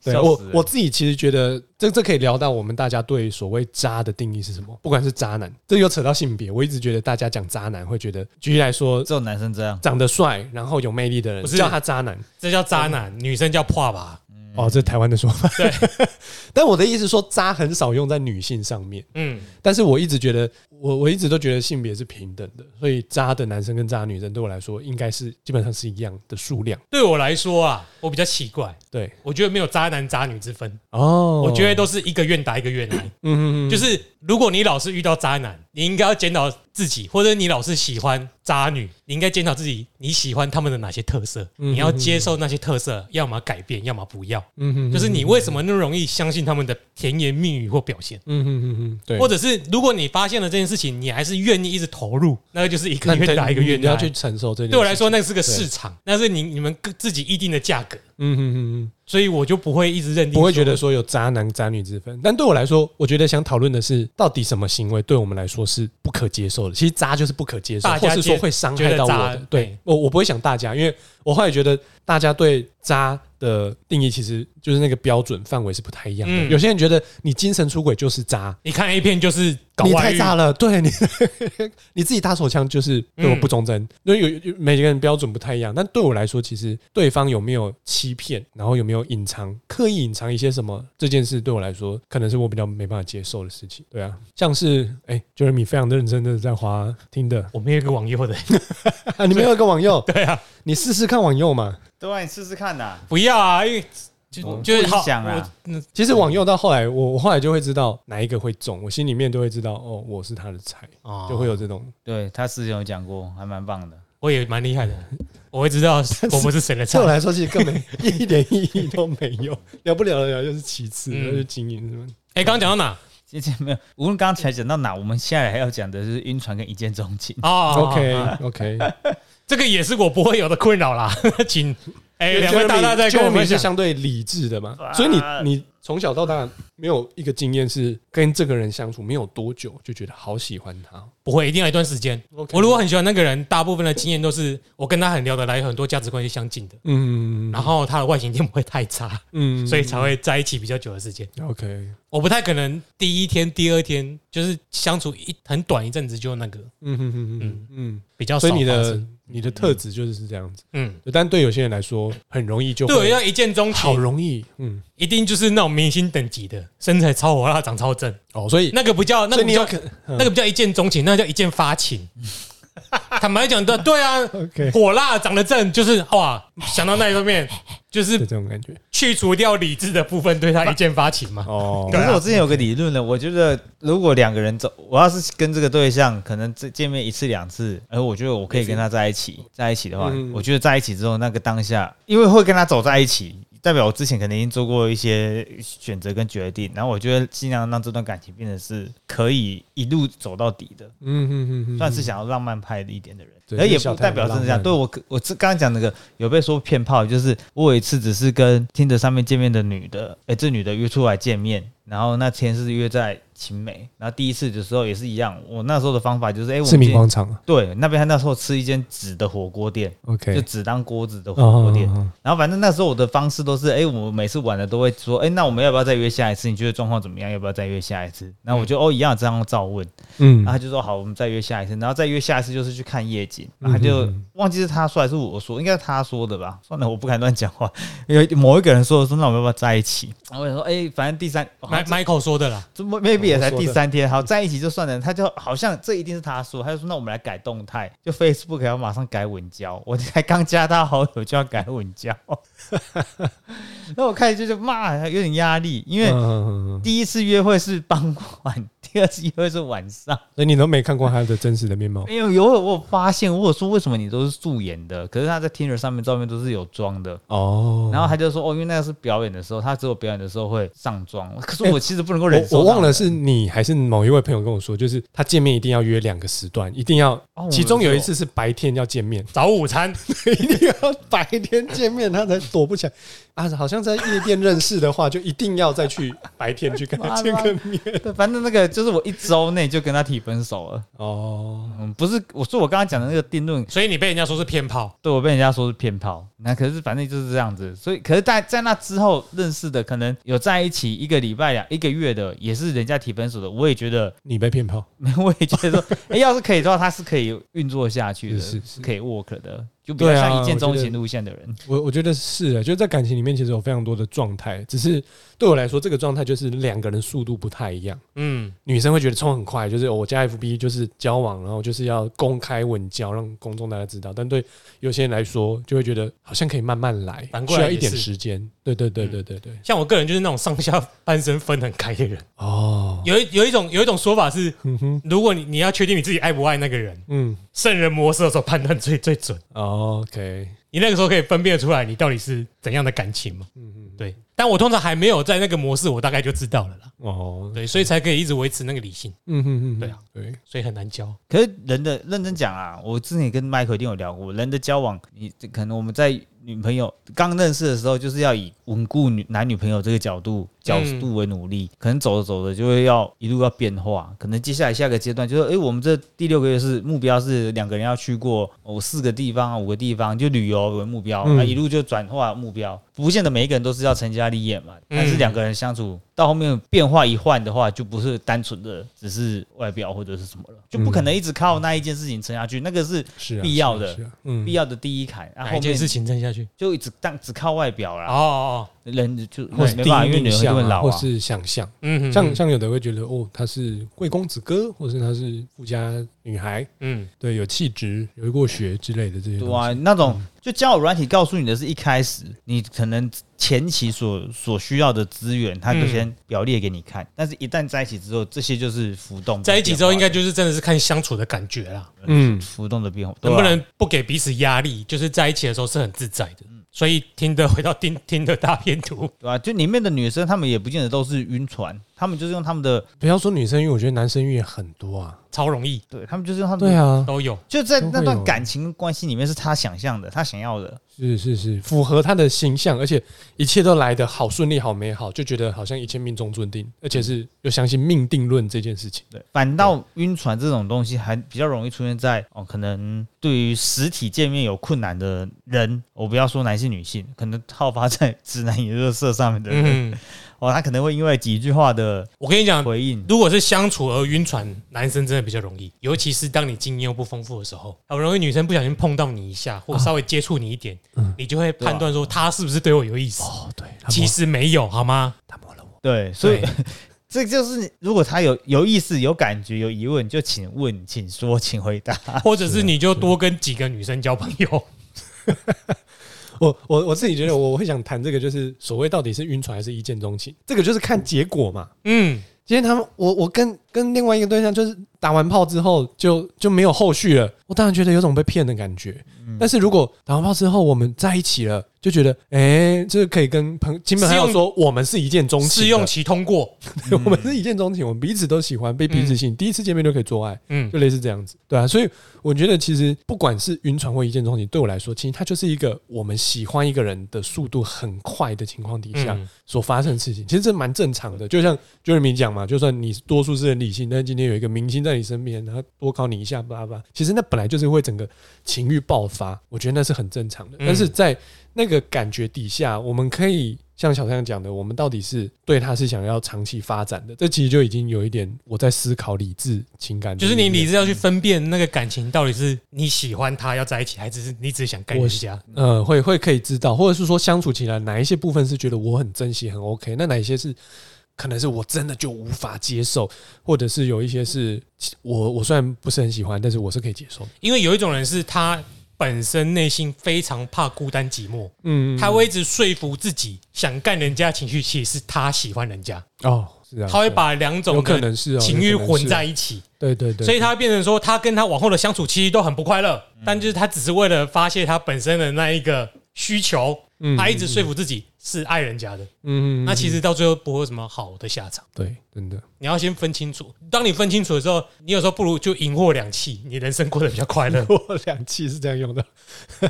B: 笑
C: 我
B: 死了
C: 我自己其实觉得这这可以聊到我们大家对所谓渣的定义是什么，不管是渣男，这又扯到性别，我一直觉得大家讲渣男会觉得，举例来说，
B: 这种男生这样，
C: 长得帅然后有魅力的人
A: 不是
C: 叫他渣男，
A: 这叫渣男，
C: 嗯
A: 女生叫破吧？
C: 哦，这是台湾的说法。对， 但我的意思是说，渣很少用在女性上面。
A: 嗯，
C: 但是我一直觉得，我我一直都觉得性别是平等的，所以渣的男生跟渣的女生对我来说，应该是基本上是一样的数量。
A: 对我来说啊，我比较奇怪，
C: 对，
A: 我觉得没有渣男渣女之分，
C: 哦
A: 我觉得，都是一个愿打一个愿挨。
C: 嗯嗯嗯，
A: 就是如果你老是遇到渣男，你应该要检讨自己，或者你老是喜欢渣女，你应该检讨自己，你喜欢他们的哪些特色，
C: 嗯
A: 你要接受那些特色，要么改变，要么不要。
C: 嗯哼
A: 就是你，为什么那么容易相信他们的甜言蜜语或表现？
C: 嗯哼嗯哼，对，
A: 或者是如果你发现了这件事情，你还是愿意一直投入，那就是一个
C: 那你
A: 愿打一个愿
C: 你要去
A: 挨。
C: 承受这件事情。
A: 对我来说，那是个
C: 对
A: 市场，那是你你们各自己议定的价格，
C: 嗯哼嗯嗯，
A: 所以我就不会一直认定，
C: 不会觉得说有渣男渣女之分。但对我来说，我觉得想讨论的是，到底什么行为对我们来说是不可接受的？其实渣就是不可接受，
A: 大
C: 或
A: 家
C: 是说
A: 接
C: 会伤
A: 觉
C: 害
A: 得
C: 到我
A: 渣哎
C: 的。对
A: 对
C: 我，我不会想大家，因为我后来觉得大家对渣的定义其实就是那个标准范围是不太一样的。
A: 嗯
C: 有些人觉得你精神出轨就是渣，
A: 你看 A 片就是搞
C: 你
A: 外
C: 太
A: 遇，啊
C: 渣了，对你， 你自己打手枪就是对我不忠贞。
A: 嗯
C: 因为有有每个人标准不太一样，但对我来说，其实对方有没有欺骗，然后有没有隐藏、刻意隐藏一些什么，这件事对我来说，可能是我比较没办法接受的事情。对啊，像是哎，Jeremy 非常认真的在滑 听的
A: 我们有一个网友的，
C: 啊，你没有一个网友，对啊，你试试看网友嘛。
B: 对啊，你试试看呐、
A: 不要啊，因为就
B: 我
A: 就是
B: 不
A: 好
B: 想啊
A: 我嗯
C: 其实网友到后来，我我后来就会知道哪一个会中，我心里面都会知道哦，我是他的菜，
A: 哦
C: 就会有这种
B: 对他之前有讲过，还蛮棒的。
A: 我也蛮厉害的，我会知 道我们是谁的菜
C: 对我。来说，其实根本一点意义都没有，聊不聊得了就是其次，
A: 嗯
C: 然后就经营什么。
A: 哎，刚刚讲到哪？
B: 今天没有，无论刚才讲到哪，我们现在还要讲的是晕船跟一见钟情。
A: 哦
C: OK OK，
A: 这个也是我不会有的困扰啦， 请哎两位大大在跟我
C: Jeremy
A: 们
C: 是
A: 讲，
C: 相对理智的嘛，
B: 啊
C: 所以你你从小到大没有一个经验是跟这个人相处没有多久就觉得好喜欢他。
A: 不会，一定要一段时间。
C: OK
A: 我如果很喜欢那个人，大部分的经验都是我跟他很聊得来，很多价值观是相近的，
C: 嗯，
A: 然后他的外形一定不会太差，
C: 嗯
A: 所以才会在一起比较久的时间。
C: OK，
A: 我不太可能第一天、第二天就是相处一很短一阵子就那个
C: 嗯嗯嗯嗯嗯，
A: 比较少
C: 所以你
A: 发
C: 的
A: 生
C: 你的特质就是这样子，
A: 嗯，
C: 但对有些人来说很容易就
A: 对我
C: 会
A: 要一见钟
C: 好
A: 情，
C: 容易，嗯
A: 一定就是那种明星等级的，身材超火辣，长超正，
C: 哦，所以
A: 那个不叫那个
C: 所以你
A: 不
C: 有
A: 叫
C: 可嗯
A: 那个不叫一见钟情，那个叫一见发情。 坦白讲，对对啊，
C: OK
A: 火辣长得正，就是哇，想到那一方面，就是
C: 这种感觉
A: 去除掉理智的部分，对他一见发情嘛。
C: 哦
B: 可
A: 对啊
B: 是我之前有个理论呢，我觉得如果两个人走，我要是跟这个对象可能这见面一次两次，而我觉得我可以跟他在一起，在一起的话，
C: 嗯
B: 我觉得在一起之后那个当下，因为会跟他走在一起，代表我之前可能已经做过一些选择跟决定，然后我觉得尽量让这段感情变得是可以一路走到底的，
C: 嗯嗯嗯嗯，
B: 算是想要浪漫派的一点的人。
C: 对
B: 而也
C: 就是小
B: 不
C: 太
B: 代表
C: 阳
B: 真的这
C: 浪
B: 样。
C: 漫
B: 对我可，我这刚刚讲那个有被说骗炮，就是我有一次只是跟听着上面见面的女的，哎、这女的约出来见面，然后那天是约在秦美，然后第一次的时候也是一样，我那时候的方法就是，哎、我们
C: 市民
B: 今天
C: 广场啊
B: 对那边他那时候吃一间纸的火锅店，就
C: ，OK，
B: 只当锅子的火锅
C: 哦，
B: 店。
C: 嗯
B: 然后反正那时候我的方式都是，哎、我每次玩的都会说，哎、那我们要不要再约下一次？你觉得状况怎么样？要不要再约下一次？然后我就、哦一样这样照问，
C: 嗯
B: 然后他就说好，我们再约下一次，然后再约下一次就是去看夜景，然后他就
C: 嗯嗯
B: 忘记是他说还是我说，应该是他说的吧？算了，我不敢乱讲话，因为某一个人说说那我们要不要在一起？然后我想说，哎、反正第三，哦
A: ，My Michael 说的啦，
B: 这 maybe 也才
C: 我说
B: 第
C: 的
B: 三天，好在一起就算了。他就好像这一定是他说，他就说那我们来改动态，就 Facebook 要马上改稳交，我才刚加他好友就要改稳交，那我看就就骂，有点压力，因为
C: 嗯嗯嗯
B: 第一次约会是傍晚，第二次约会是晚上。
C: 所以你都没看过他的真实的面貌，
B: 因为有我有发现，我有说为什么你都是素颜的，可是他在 Tinder 上面照片都是有妆的。
C: 哦，
B: 然后他就说哦，因为那个是表演的时候，他只有表演的时候会上妆。可是我其实不能够忍受
C: 哎我我
B: 这样
C: 忘了
B: 的
C: 是你还是某一位朋友跟我说，就是他见面一定要约两个时段，一定要
B: 哦，
C: 其中有一次是白天要见面，
A: 早午餐，
C: 一定要白天见面，他才躲不起来啊。好像在夜店认识的话，就一定要再去白天去跟他见个面。
B: 对，反正那个就是我一周内就跟他提分手了。
C: 哦，
B: 嗯，不是，我说我刚刚讲的那个定论，
A: 所以你被人家说是偏炮，
B: 对我被人家说是骗炮。那可是反正就是这样子，所以可是在在那之后认识的，可能有在一起一个礼拜两一个月的，也是人家提分手的。我也觉得
C: 你被骗炮，
B: 我也觉得说，哎、要是可以的话，它是可以运作下去的，
C: 是
B: 是
C: 是
B: 可以 work 的，就比较
C: 对啊
B: 像一见钟
C: 我觉
B: 情
C: 得
B: 路线的人。
C: 我我觉得是啊的，就是在感情里面其实有非常多的状态，只是对我来说，这个状态就是两个人速度不太一样。
A: 嗯，
C: 女生会觉得冲很快，就是、哦我加 FB 就是交往，然后就是要公开稳交，让公众大家知道。但对有些人来说，就会觉得好像可以慢慢来，
A: 反过
C: 需
A: 来
C: 要一点
A: 也是
C: 时间。对对
B: 嗯
C: 对对对对，
A: 像我个人就是那种上下半身分很开的人。
C: 哦，
A: 有一有一种有一种说法是，
C: 嗯哼，
A: 如果你你要确定你自己爱不爱那个人，
C: 嗯
A: 圣人模式的时候判断最最准。
C: 哦，OK，
A: 你那个时候可以分辨出来你到底是怎样的感情嘛？
C: 嗯嗯，
A: 对，但我通常还没有在那个模式，我大概就知道了啦。
C: 哦，
A: 对，所以才可以一直维持那个理性，
C: 嗯嗯嗯，
A: 对啊，
C: 对，
A: 所以很难教。
B: 可是人的认真讲啊，我之前也跟 Michael 一定有聊过，人的交往，你可能我们在女朋友刚认识的时候，就是要以稳固女男女朋友这个角度角度为努力，可能走着走着就会要一路要变化，可能接下来下个阶段就是，哎、我们这第六个月是目标是两个人要去过哦四个地方啊五个地方，就旅游为目标，
C: 嗯
B: 那、一路就转化目标，不见得每一个人都是要成家立业嘛，但是
A: 嗯
B: 两个人相处到后面变化一换的话，就不是单纯的只是外表或者是什么
A: 嗯
B: 了，就不可能一直靠那一件事情撑下去，那个是
C: 是啊，
B: 必要的
C: 是啊，是啊嗯
B: 必要的第一坎，然、
A: 哪
B: 啊后
A: 一件事
B: 面啊
A: 情撑下去？
B: 就一直当只靠外表
A: 哦
B: 啦，
A: 哦，哦
B: 人就
C: 或是
B: 没
C: 第
B: 办法，因
C: 一
B: 为女
C: 印
B: 人就
C: 象
B: 会
C: 啊，
B: 老
C: 或
B: 啊。
C: 是想象，
A: 嗯，嗯
C: 像，像有的会觉得哦，她是贵公子哥，或是她是富家女孩，
A: 嗯，
C: 对，有气质，有过学之类的这些东
B: 对
C: 西。
B: 啊，那种就交友软体告诉你的是一开始你可能前期所所需要的资源，它就先表列给你看，但是一旦在一起之后，这些就是浮动的变化，
A: 嗯在一起之后应该就是真的是看相处的感觉啦，
B: 啊
C: 嗯，
B: 浮动的变化，对
A: 能
B: 啊
A: 不能不给彼此压力？就是在一起的时候是很自在的。
B: 嗯
A: 所以听的回到听听的大片图，
B: 对吧、啊就里面的女生，她们也不见得都是晕船，她们就是用她们的，
C: 不要说女生，因为我觉得男生也很多啊。
A: 超容易
B: 对她们就是用她们的，
C: 对啊，
A: 都有。
B: 就在那
C: 都会
B: 段
C: 有
B: 感情关系里面是她想象的，她想要的，
C: 是是是，符合他的形象，而且一切都来得好顺利、好美好，就觉得好像一切命中注定，而且是又相信命定论这件事情。
B: 对，反倒晕船这种东西还比较容易出现在哦，可能对于实体见面有困难的人，我不要说男性女性，可能好发在 直男研究社上面的人，
A: 嗯，
B: 哦，他可能会因为几句话的
A: 我跟你
C: 嗯
A: 讲，
B: 回应，
A: 如果是相处而晕船，男生真的比较容易，尤其是当你经验又不丰富的时候，很容易女生不小心碰到你一下，或稍微接触你一点，
C: 嗯
A: 你就会判断说他是不是对我有意思。
C: 哦，对，
A: 其实没有，好 吗？
C: 他摸了我，
B: 对，所以
A: 对
B: 这就是如果他有有意思、有感觉、有疑问，就请问、请说、请回答。
A: 或者是你就多跟几个女生交朋友。
C: 我我我自己觉得我会想谈这个，就是所谓到底是晕船还是一见钟情，这个就是看结果嘛。
A: 嗯，
C: 今天他们，我我跟跟另外一个对象就是打完炮之后就就没有后续了，我当然觉得有种被骗的感觉。
A: 嗯
B: 嗯
C: 但是如果打完炮之后我们在一起了，就觉得哎、这可以跟朋亲朋好友
A: 试用
C: 说我们是一见钟情的，
A: 试用期通过，
C: 对 我们是一见钟情，我们彼此都喜欢，被彼此吸引，第一次见面就可以做爱，
A: 嗯
C: 就类似这样子，对啊。所以我觉得其实不管是晕船或一见钟情，对我来说，其实它就是一个我们喜欢一个人的速度很快的情况底下
A: 嗯
C: 所发生的事情，其实这蛮正常的。就像 Jeremy 讲嘛，就算你多数是很理性，但是今天有一个明星在你身边，然后多考你一下，巴拉巴拉，其实那本来就是会整个情欲爆发，我觉得那是很正常的。
A: 嗯
C: 但是在那个感觉底下，我们可以像小象讲的，我们到底是对他是想要长期发展的，这其实就已经有一点我在思考理智情感，
A: 就是你理
C: 智。
A: 智要去分辨那个感情到底是你喜欢他要在一起，还只是你只是想干人家。
C: 呃，会会可以知道，或者是说相处起来哪一些部分是觉得我很珍惜、很 OK，那哪一些是可能是我真的就无法接受，或者是有一些是我我虽然不是很喜欢，但是我是可以接受的。
A: 因为有一种人是他本身内心非常怕孤单寂寞，
C: 嗯，
A: 他会一直说服自己想干人家情绪，其实是他喜欢人家，
C: 哦，是啊，
A: 他会
C: 是啊
A: 把两种
C: 有可
A: 的
C: 能是哦
A: 情欲
C: 有可能是
A: 混
C: 哦
A: 在一起，
C: 对对对，
A: 所以他变成说他跟他往后的相处其实都很不快乐，
C: 嗯
A: 但就是他只是为了发泄他本身的那一个需求，
C: 嗯
A: 他一直说服自己是爱人家的，
C: 嗯，嗯嗯
A: 那其实到最后不会有什么好的下场。
C: 对，真的。
A: 你要先分清楚，当你分清楚的时候，你有时候不如就赢货两气，你人生过得比较快乐
C: 我两气是这样用的，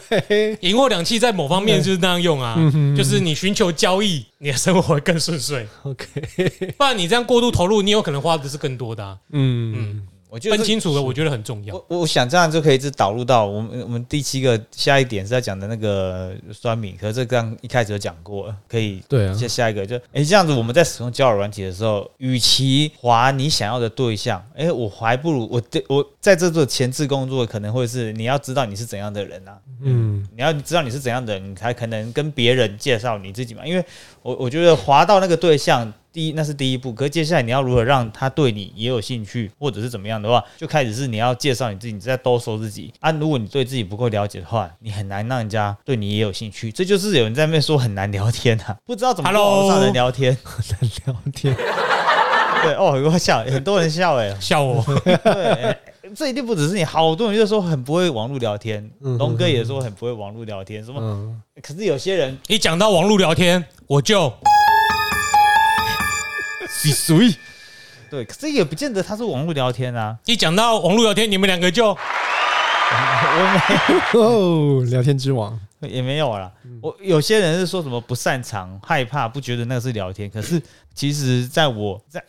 C: 嘿嘿
A: 赢货两气在某方面就是那样用啊
C: 嗯哼，
A: 就是你寻求交易，你的生活会更顺遂。
C: ，OK，
A: 不然你这样过度投入，你有可能花的是更多的、啊。
C: 嗯
B: 我觉
A: 分
B: 得这
A: 清楚了，我觉得很重要。
B: 我我想这样就可以一直导入到我们我们第七个下一点是要讲的那个酸敏，可是这刚一开始就讲过了，可以
C: 对啊
B: 下下一个就哎、这样子我们在使用交友软体的时候，与其划你想要的对象，哎、我还不如我对我在这做前置工作，可能会是你要知道你是怎样的人啊，
C: 嗯
B: 你要知道你是怎样的人，你才可能跟别人介绍你自己嘛。因为我我觉得滑到那个对象，第一那是第一步，可是接下来你要如何让他对你也有兴趣，或者是怎么样的话，就开始是你要介绍你自己，你在兜售自己啊。如果你对自己不够了解的话，你很难让人家对你也有兴趣。这就是有人在那边说很难聊天啊，不知道怎么跟
A: Hello
B: 网络上人聊天。
C: 嗯，聊天，
B: 对哦，我笑，很多人笑哎、
A: 笑我，
B: 对，这一定不只是你，好多人就说很不会网络聊天，
C: 嗯
B: 龙哥也说很不会网络聊天，什么？
C: 嗯，
B: 可是有些人
A: 一讲到网络聊天，我就
C: 是谁？
B: 对，可是也不见得他是网络聊天啊。
A: 一讲到网络聊天，你们两个就
B: 我
C: 哦，聊天之王，
B: 没也没有啦。
C: 嗯
B: 我有些人是说什么不擅长、害怕、不觉得那是聊天，可是其实在我在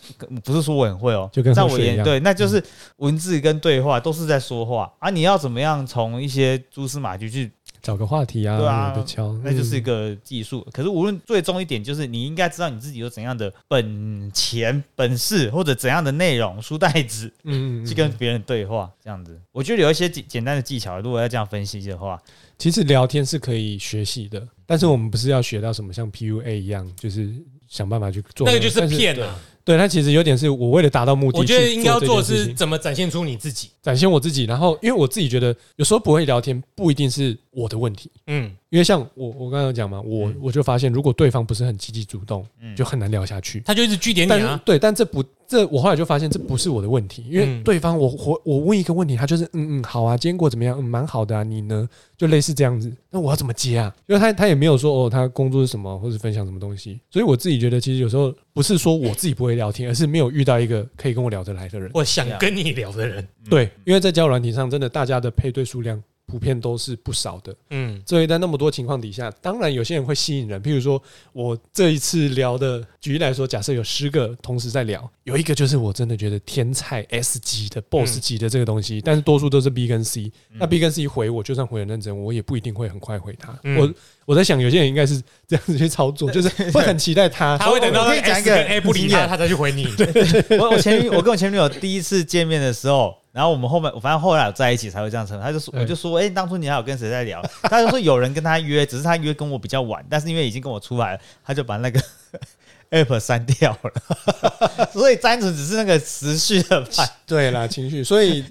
B: 不是说我很会哦、
C: 就跟
B: 在
C: 喝
B: 我
C: 水一
B: 眼
C: 样嗯
B: 对，那就是文字跟对话都是在说话啊。你要怎么样从一些蛛丝马迹去，
C: 找个话题啊，
B: 对啊
C: 有的敲，
B: 那就是一
C: 嗯
B: 个技术。可是无论最终一点，就是你应该知道你自己有怎样的本钱、本事或者怎样的内容书袋子。
C: 嗯，嗯嗯
B: 去跟别人对话，这样子，我觉得有一些简简单的技巧，如果要这样分析的话，
C: 其实聊天是可以学习的，但是我们不是要学到什么像 PUA 一样，就是想办法去做
A: 那个就是
C: 但
A: 骗啊。
C: 对，它其实有点是我为了达到目的，
A: 我觉得应该要做的
C: 的
A: 是怎么展现出你自己。
C: 展现我自己。然后，因为我自己觉得有时候不会聊天不一定是我的问题，
A: 嗯，
C: 因为像我我刚刚有讲嘛，我、我就发现如果对方不是很积极主动，
B: 嗯
C: 就很难聊下去。
A: 他就一直据点你
C: 但是
A: 啊。
C: 对，但这不这我后来就发现这不是我的问题，因为
A: 嗯
C: 对方我我我问一个问题，他就是嗯嗯好啊，今天过得怎么样？嗯，蛮好的啊，你呢？就类似这样子，那我要怎么接啊？因为他他也没有说哦，他工作是什么，或是分享什么东西，所以我自己觉得其实有时候不是说我自己不会聊天，而是没有遇到一个可以跟我聊得来的人。
A: 我想跟你聊的人，
C: 对，因为在交友软体上，真的大家的配对数量普遍都是不少的，
A: 嗯，
C: 所以在那么多情况底下，当然有些人会吸引人。譬如说，我这一次聊的，举例来说，假设有十个同时在聊，有一个就是我真的觉得天菜 S 级
A: 嗯
C: 的 BOSS 级的这个东西，但是多数都是 B 跟 C。那 B 跟 C 回我，就算回很认真，我也不一定会很快回他。
A: 嗯
C: 我我在想，有些人应该是这样子去操 作，就是会很期待他。
A: 他会等到
B: 我可以讲
A: S
B: 一个
A: 跟 A 不理
B: 经
A: 他，
B: 验
A: 他再去回你。
B: 我我前女我跟我前女友第一次见面的时候，然后我们后面反正后来有在一起才会这样称，他就说
C: 对
B: 我就说，哎、当初你还有跟谁在聊？ 他就说有人跟他约，只是他约跟我比较晚，但是因为已经跟我出来了，他就把那个 app 删掉了， 所以单纯只是那个持续的版，
C: 对啦，情绪，所 以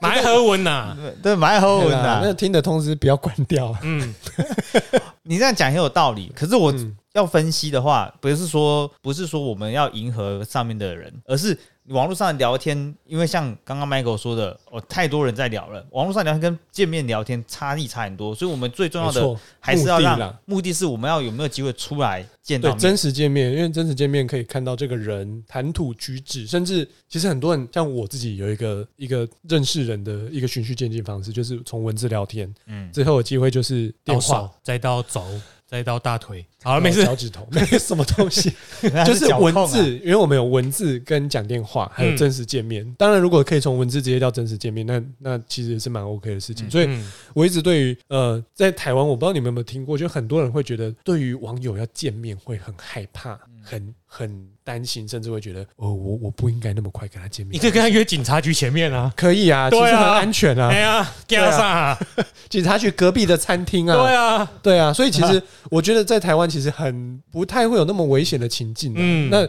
A: 埋何文呐，
B: 对，蛮好
C: 对
B: 文
A: 啊
C: 啦，那
B: 的。啊
C: 听的通知不要关掉。啊
A: 嗯，
B: 你这样讲很有道理，可是我
C: 嗯
B: 要分析的话，不是说不是说我们要迎合上面的人，而是网络上聊天，因为像刚刚 Michael 说的，哦，太多人在聊了，网络上聊天跟见面聊天差异差很多，所以我们最重要
C: 没
B: 的
C: 错，
B: 还是要
C: 目的
B: 让
C: 啦
B: 目的是我们要有没有机会出来见
C: 对
B: 到面，
C: 真实见面，因为真实见面可以看到这个人谈吐举止，甚至其实很多人像我自己有一个一个认识人的一个循序渐进方式，就是从文字聊天，
B: 嗯，
C: 之后有机会就是电
A: 到
C: 话
A: 手，再到肘，再到大腿。
B: 啊
A: 好了，没事
C: 脚。趾头，没有什么东 西，
B: 就
C: 就是文
B: 啊
C: 字，因为我们有文字跟讲电话，还有
A: 嗯
C: 真实见面。当然，如果可以从文字直接到真实见面，那那其实也是蛮 OK 的事情。
B: 嗯
C: 所以
A: 嗯
C: 我一直对于呃，在台湾，我不知道你们有没有听过，就很多人会觉得对于网友要见面会很害怕，
A: 嗯
C: 很很担心，甚至会觉得哦，我我不应该那么快跟他见面。
A: 你可以跟他约警察局前面啊。
C: 可以啊，其
A: 对
C: 实
A: 啊
C: 很安全啊
A: 哎，呀，给他上。啊
C: 警察局隔壁的餐厅啊，
A: 对啊，
C: 对啊，所以其 实我觉得在台湾其实很不太会有那么危险的情境、啊。
A: 嗯
C: 那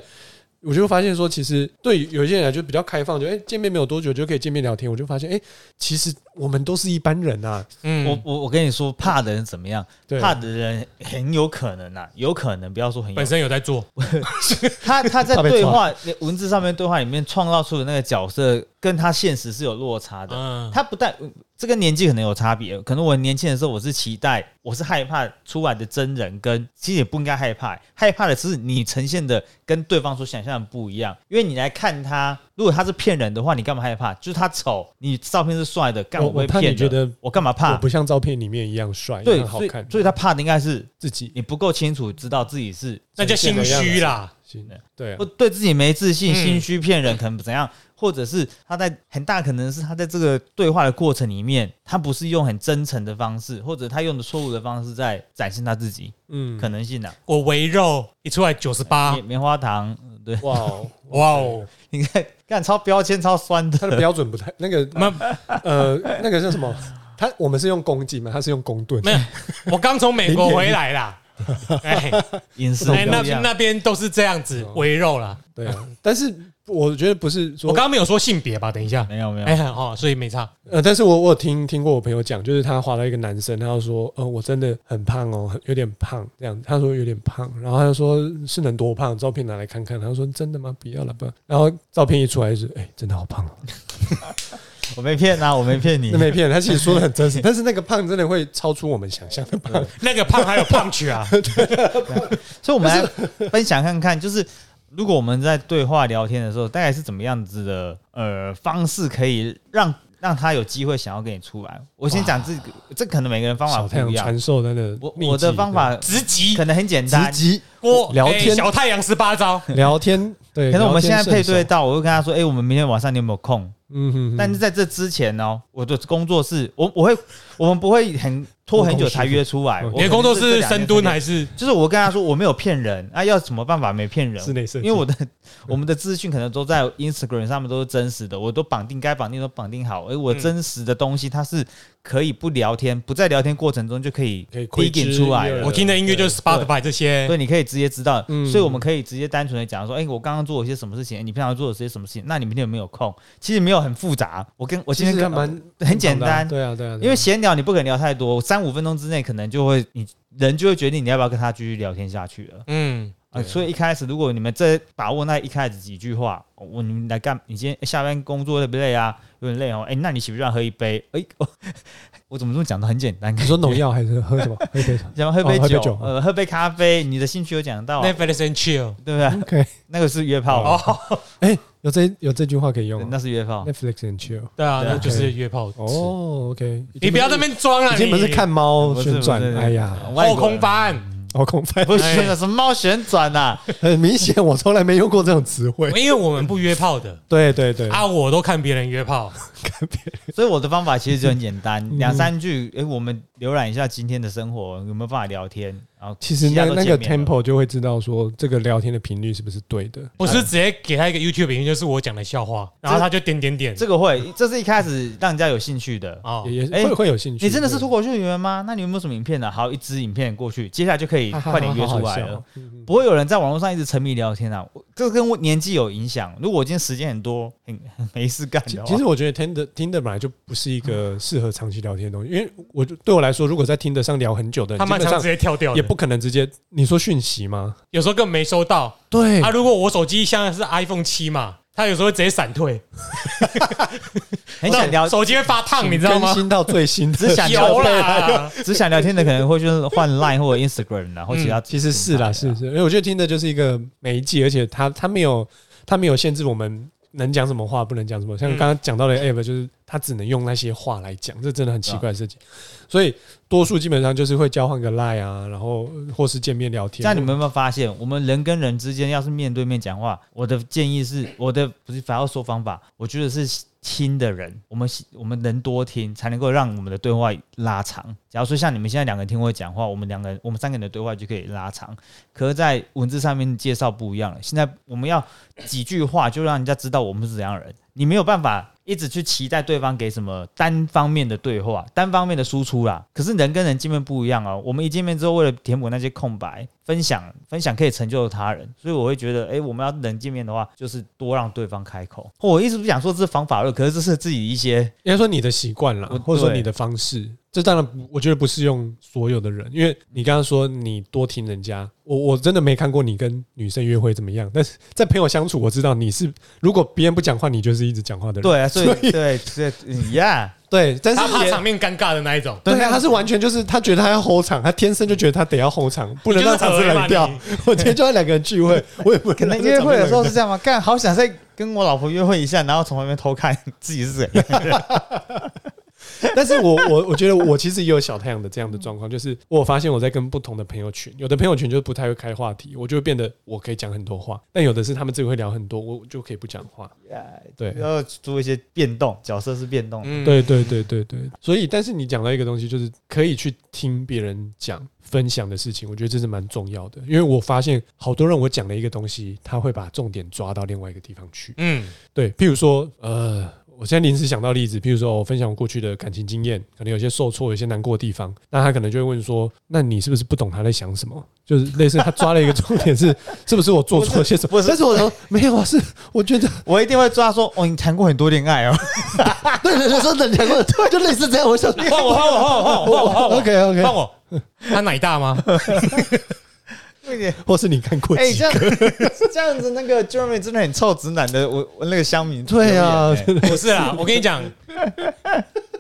C: 我就发现说，其实对于有一些人来就比较开放，就哎、诶见面没有多久就可以见面聊天，我就发现哎、诶其实我们都是一般人啊。
A: 嗯，
B: 我我我跟你说，怕的人怎么样？
C: 对，啊
B: 怕的人很有可能啊，有可能不要说很有
A: 本，身有在做，
B: 他他在
C: 怕被
B: 对话文字上面对话里面创造出的那个角色，跟他现实是有落差的。
A: 嗯，
B: 他不但呃这跟年纪可能有差别，可能我年轻的时候我是期待，我是害怕出来的真人跟其实也不应该害怕，害怕的是你呈现的跟对方所想象的不一样，因为你来看他，如果他是骗人的话，你干嘛害怕？就是他丑，你照片是帅的，干
C: 我
B: 会
C: 我怕你
B: 骗
C: 觉
B: 的
C: 得
B: 我干嘛
C: 我
B: 怕？
C: 不像照片里面一样帅，一
B: 对，
C: 样好
B: 所以
C: 看，
B: 所以他怕的应该是
C: 自己
B: 你不够清楚知道自己是
A: 那叫心虚啦。
C: 行对啊
B: 不，对自己没自信，
A: 嗯
B: 心虚骗人，可能怎样，或者是他在很大可能是他在这个对话的过程里面，他不是用很真诚的方式，或者他用的错误的方式在展现他自己
C: 嗯
B: 可能性啊。
A: 我围肉一出来九十八
B: 棉，棉花糖，嗯对，
C: 哇哦，
A: 哇哦，
B: 你看，看超标签超酸
C: 他
B: 的，
A: 哎
C: 的标准不太那 个
A: 那
C: 呃那个叫什么？他我们是用公斤嘛，他是用公吨
A: 没。有，我刚从美国回来 啦。哎，
B: 饮食
A: 哎那
B: 不一样哦
A: 那边都是这样子围肉啦。
C: 对啊，但是我觉得不是说
A: 我刚刚没有说性别吧？等一下，
B: 没有没有，
A: 哎，哦，所以没差。
C: 呃，但是我我有听听过我朋友讲，就是他滑到一个男生，他就说，呃，我真的很胖哦，很有点胖这样，他说有点胖，然后他就说是能多胖，照片拿来看看，他就说真的吗？不要了吧，然后照片一出来就是，哎、真的好胖哦，
B: 我没骗啊，我没骗你
C: 那，没骗人，他其实说的很 真实，但是那个胖真的会超出我们想象的胖，
A: 那个胖还有胖去 啊，
B: 所以我们来分享看看，就是如果我们在对话聊天的时候，大概是怎么样子的呃方式可以让让他有机会想要跟你出来？我先讲这个，这可能每个人方法
C: 小太阳
B: 不一样。
C: 传授真的
B: 我
C: 秘
B: 我的
C: 籍
B: 方法
A: 直击
B: 可能很简单
C: 直，击
A: 我
C: 聊
A: 哎
C: 天
A: 小太阳十八招，
C: 聊天，对，
B: 可能我们
C: 聊
B: 现
C: 天
B: 在配对
C: 圣手，
B: 到，我会跟他说：“哎、我们明天晚上你有没有空？”
C: 嗯哼哼，
B: 但是在这之前呢、我的工作是我我会我们不会很拖很久才约出来。
C: 嗯
B: 我
A: 哦你的工作是
B: 可能这
A: 深
B: 两天
A: 蹲
B: 才
A: 还是
B: 就是我跟他说我没有骗人啊，要什么办法没骗人？
C: 室内设计
B: 因为我的 我们的资讯可能都在 Instagram 上面都是真实的，我都绑定该绑定都绑定好，而我
A: 嗯
B: 真实的东西它是可以不聊天，不在聊天过程中就可以
C: 可以窥
B: digging
C: 之
B: 出来
C: 一二
B: 了
A: 我。听的音乐就是 Spotify 这些
B: 对，，你可以直接知道，
C: 嗯
B: 所以我们可以直接单纯的讲说，哎、我刚刚做了一些什么事情，哎你平常做了些什么事情，那你明天有没有空？其实没有很复杂，我跟我今
C: 其
B: 天
C: 实还
B: 跟
C: 蛮
B: 很简单，
C: 对啊对啊，对啊
B: 因为闲聊你不可能聊太多，三五分钟之内可能就会你人就会决定你要不要跟他继续聊天下去了。
A: 嗯，
B: 啊，
C: 对
B: 所以一开始，如果你们这把握那一开始几句话，哦我你们来干，你今天下班工作累不累啊？有点累哦，哎、那你喜不喜欢喝一杯？ 哎、我我怎么这么讲的很简单？
C: 你说农药还是喝 什么？喝一杯茶
B: 想要喝杯
C: 哦喝杯
B: 酒，
C: 酒
B: 呃，喝杯咖啡，你的兴趣有讲到，
A: 那
B: 对
A: Netflix and Chill
B: 不对？
C: ，OK，
B: 那个是约炮
A: 哦
B: 哦，，
C: 哎，有这有这句话可以用
B: 对
C: 啊
B: 那是约炮。
C: Netflix and chill。
A: 对啊，
B: 对啊
A: 那就是约炮哦。
C: 哦，OK，
A: 你不要在那边装啊！
C: 已经不是看猫
B: 不是
C: 旋转
B: 不是，嗯
C: 哎呀，
B: 外
A: 后
B: 国人
A: 空翻，
C: 好空泛，
B: 不是那什么猫旋转啊 呐？
C: 很明显我从来没用过这种词汇。
A: 因为我们不约炮的
C: 对对对，哎
A: 啊，我都看别人约炮，
B: 所以我的方法其实就很简
C: 嗯
B: 单，两三句，哎，我们浏览一下今天的生活，有没有办法聊天？然后
C: 其实
B: 其他
C: 那
B: 都
C: 那
B: 见
C: 个
B: 面了
C: tempo 就会知道说这个聊天的频率是不是对的。
A: 我是直接给他一个 YouTube 影片，就是我讲的笑话，然后他就点点点
B: 这个会，这是一开始让人家有兴趣的。
A: 哦，
C: 也也
B: 哎
C: 会会有兴趣。
B: 你真的是
C: 对
B: 脱口秀演员吗？那你有没有什么影片呢、好，一支影片过去，接下来 就可以
C: 哈哈
B: 快点约出
C: 好好
B: 来
C: 笑
B: 了。
C: 嗯嗯
B: 不会有人在网络上一直沉迷聊天啊，我这跟我年纪有影响。如果我今天时间很多，很 很没事干
C: 其
B: 的话，
C: 其实我觉得 Tinder Tinder 本来就不是一个适合长期聊天的东西，因为我就对我来说，如果在 Tinder 上聊很久的，
A: 他
C: 基
A: 蛮
C: 本
A: 常
C: 上
A: 直接跳掉的，
C: 也不可能直接你说讯息吗？
A: 有时候根本没收到
C: 对哎
A: 啊。如果我手机现在是 iPhone 七嘛，他有时候会直接闪退，
B: 很想聊，
A: 手机会发烫，你知道
C: 更
A: 吗？
C: 新到最新的，
B: 只想
A: 有
B: 聊
C: 啊
A: 啦，
B: 只想聊天的可能会就是换 Line 或者 Instagram 然后其他
C: 嗯
B: 啊
C: 其实是啦，是是，因为我觉得听的就是一个媒介，而且它它没有它没有限制我们能讲什么话，不能讲什么。像
A: 嗯
C: 刚刚讲到的 app，就是它只能用那些话来讲，这真的很奇
B: 嗯
C: 怪的事情。所以多数基本上就是会交换个 line 啊，然后或是见面聊天。
B: 这样你们有没有发现，我们人跟人之间要是面对面讲话，我的建议是，我的不是反要说方法，我觉得是听的人，我们我们能多听，才能够让我们的对话拉长。假如说像你们现在两个人听我讲话，我们两个人，我们三个人的对话就可以拉长。可是，在文字上面介绍不一样了，现在我们要几句话就让人家知道我们是怎样的人，你没有办法。一直去期待对方给什么单方面的对话、单方面的输出啦。可是人跟人见面不一样哦，我们一见面之后，为了填补那些空白，分享分享可以成就他人，所以我会觉得，哎、我们要能见面的话，就是多让对方开口。哦我一直不想说这是方法论，可是这是自己一些
C: 应该说你的习惯啦
B: 我，
C: 或者说
B: 对
C: 你的方式，这当然不我觉得不适用所有的人，因为你刚刚说你多听人家，我我真的没看过你跟女生约会怎么样，但是在朋友相处，我知道你是如果别人不讲话，你就是一直讲话的人，
B: 对啊， 所以对对嗯，yeah，
C: 对，但
A: 他
C: 是
A: 怕
C: 也
A: 场面尴尬的那一种，
C: 对啊，他是完全就是他觉得他要吼场，他天生就觉得他得要吼场，不能让场子冷掉
A: 你就。
C: 我今天就要两个人聚 会，我也不
B: 可能
C: 让这
B: 约
C: 场
B: 会
C: 面
B: 的时候
C: 冷
B: 是这样吗？干，好想再跟我老婆约会一下，然后从旁边偷看自己是谁。
C: 掉， 但是我我我觉得我其实也有小太阳的这样的状况，就是我有发现我在跟不同的朋友群，有的朋友群就是不太会开话题，我就会变得我可以讲很多话，但有的是他们自己会聊很多，我就可以不讲话。对
B: 然后做一些变动，角色是变动的。
A: 嗯，
C: 对对对对对，所以但是你讲到一个东西，就是可以去听别人讲分享的事情，我觉得这是蛮重要的，因为我发现好多人我讲了一个东西，他会把重点抓到另外一个地方去。
A: 嗯，
C: 对，譬如说，呃，我现在临时想到例子，譬如说我分享我过去的感情经验，可能有些受挫，有些难过的地方，那他可能就会问说，那你是不是不懂他在想什么？就是类似他抓了一个重点是，是不是我做错了些什么？
B: 不是
C: 但是我说没有啊，是我觉得
B: 我一定会抓说，哦，你谈过很多恋 爱哦，
C: 对对对，说等讲过，就类似这样，我 想
A: 换我换我换我换我换
C: 哦
A: 我 换我
C: OK OK，
A: 换我，他奶大吗？
B: 那 个
C: 或是你看过
B: 哎、
C: 几
B: 这样 这样子，那个 Jeremy 真的很臭直男的，我我那个乡民留言欸。
C: 对啊
A: 不是啦，我跟你 讲，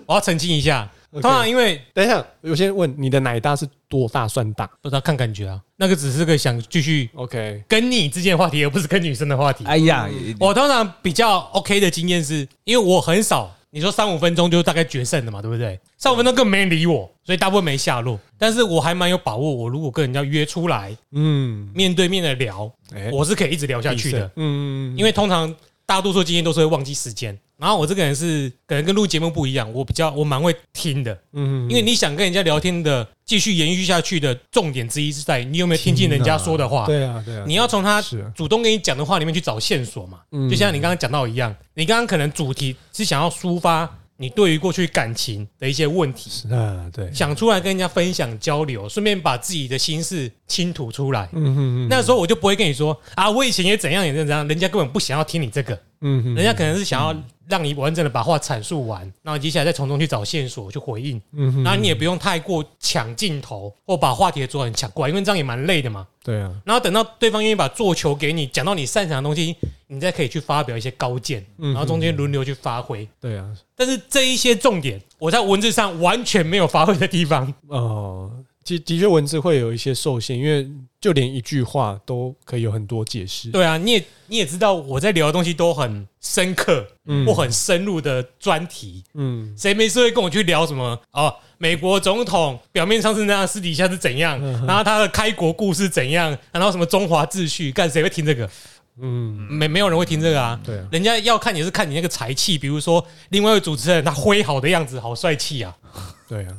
A: 我要澄清一下，通常因为
C: 等一下，有些人问你的奶大是多大算大
A: 不知道看感觉啊，那个只是个想继续
C: ？OK，
A: 跟你之间的话题，而不是跟女生的话题。嗯
B: 哎呀，
A: 我通常比较 OK 的经验是，因为我很少，你说三五分钟就大概决胜了嘛，对不对？三五分钟根本没人理我，所以大部分没下落。但是我还蛮有把握，我如果跟人家约出来，
C: 嗯，
A: 面对面的聊，
C: 哎
A: 我是可以一直聊下去的。，
C: 嗯，
A: 因为通常大多数经验都是会忘记时间。然后我这个人是可能跟录节目不一样，我比较我蛮会听的，
C: 嗯
A: 因为你想跟人家聊天的继续延续下去的重点之一是在于你有没有听进人家说的话。
C: 对啊对啊，
A: 你要从他
C: 是啊
A: 主动跟你讲的话里面去找线索嘛，
C: 嗯
A: 就像你刚刚讲到一样，你刚刚可能主题是想要抒发你对于过去感情的一些问题，
C: 是啊对，
A: 想出来跟人家分享交流，顺便把自己的心事倾吐出来。
C: 嗯嗯嗯
A: 那时候我就不会跟你说啊，我以前也怎样也怎样，人家根本不想要听你这个，
C: 嗯
A: 人家可能是想要让你完整的把话阐述完，然后接下来再从中去找线索去回应，
C: 嗯
A: 然后你也不用太过抢镜头或把话题的主很抢过来，因为这样也蛮累的嘛。
C: 对啊，
A: 然后等到对方愿意把做球给你，讲到你擅长的东西，你再可以去发表一些高见，
C: 嗯
A: 然后中间轮流去发挥。
C: 对啊，
A: 但是这一些重点，我在文字上完全没有发挥的地方，
C: 哦，的的确文字会有一些受限，因为就连一句话都可以有很多解释。
A: 对啊，你也你也知道，我在聊的东西都很深刻，
C: 嗯
A: 或很深入的专题，
C: 嗯，
A: 谁没事会跟我去聊什么哦？美国总统表面上是那样，私底下是怎样？
C: 嗯
A: 然后他的开国故事怎样？然后什么中华秩序？干谁会听这个？
C: 嗯，
A: 没没有人会听这个啊。
C: 对啊，
A: 人家要看也是看你那个才气，比如说另外一位主持人他挥毫的样子好帅气啊，
C: 对啊，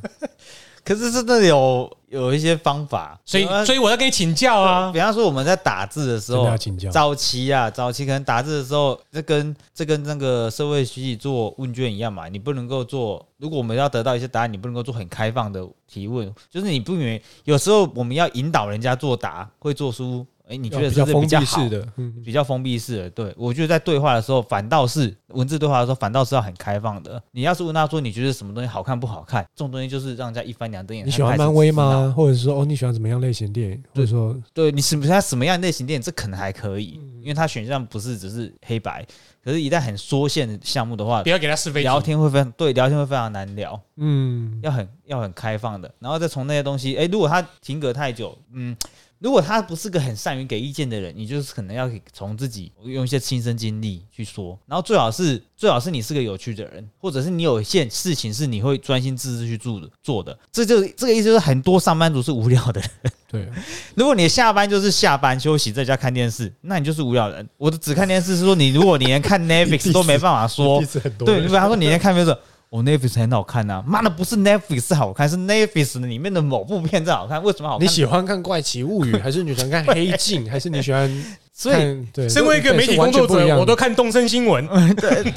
B: 可是真的有有一些方法，
A: 所以
B: 比方
A: 所以我要跟你请教啊。
B: 比方说我们在打字的时
C: 真的
B: 候
C: 要，请教。
B: 早期啊，早期可能打字的时候，这跟这跟那个社会学习做问卷一样嘛，你不能够做。如果我们要得到一些答案，你不能够做很开放的提问，就是你不免有时候我们要引导人家作答，会做出哎、你觉得
C: 比
B: 这
C: 较
B: 是
C: 封
B: 比较
C: 闭
B: 好
C: 式的，嗯，
B: 比较封闭式的。对我觉得在对话的时候，反倒是文字对话的时候，反倒是要很开放的。你要是问他说你觉得什么东西好看不好看，这种东西就是让人家一翻两瞪眼。
C: 你
B: 他
C: 喜欢
B: 开始
C: 漫威
B: 知道
C: 吗？或者说哦，你喜欢怎么样类型电影？或者说嗯
B: 对你喜不喜欢什么样类型电影，这可能还可以。因为它选项不是只是黑白，可是一旦很缩限的项目的话
A: 不，要给他是非题
B: 啊聊天会非常对聊天会非常难聊，
C: 嗯，
B: 要很要很开放的，然后再从那些东西，哎、如果他停格太久，嗯。如果他不是个很善于给意见的人，你就是可能要从自己用一些亲身经历去说，然后最好是最好是你是个有趣的人，或者是你有一件事情是你会专心致志去做的做的，这就这个意思就是很多上班族是无聊的人。
C: 对，啊
B: 如果你下班就是下班休息，在家看电视，那你就是无聊人。我的只看电视是说你，如果你连看 Netflix 都没办法说
C: 例，子很多，
B: 对，你把他说你连看 Netflix，我、Netflix 很好看呐、妈的，不是 Netflix 好看，是 Netflix 里面的某部片才好看。为什么好看？
C: 你喜欢看《怪奇物 语》，还是你喜欢看《黑镜》，还是你喜欢
B: 所以
C: 看？对，
A: 身为一个媒体工作者，我都看东森新 闻。
B: 对，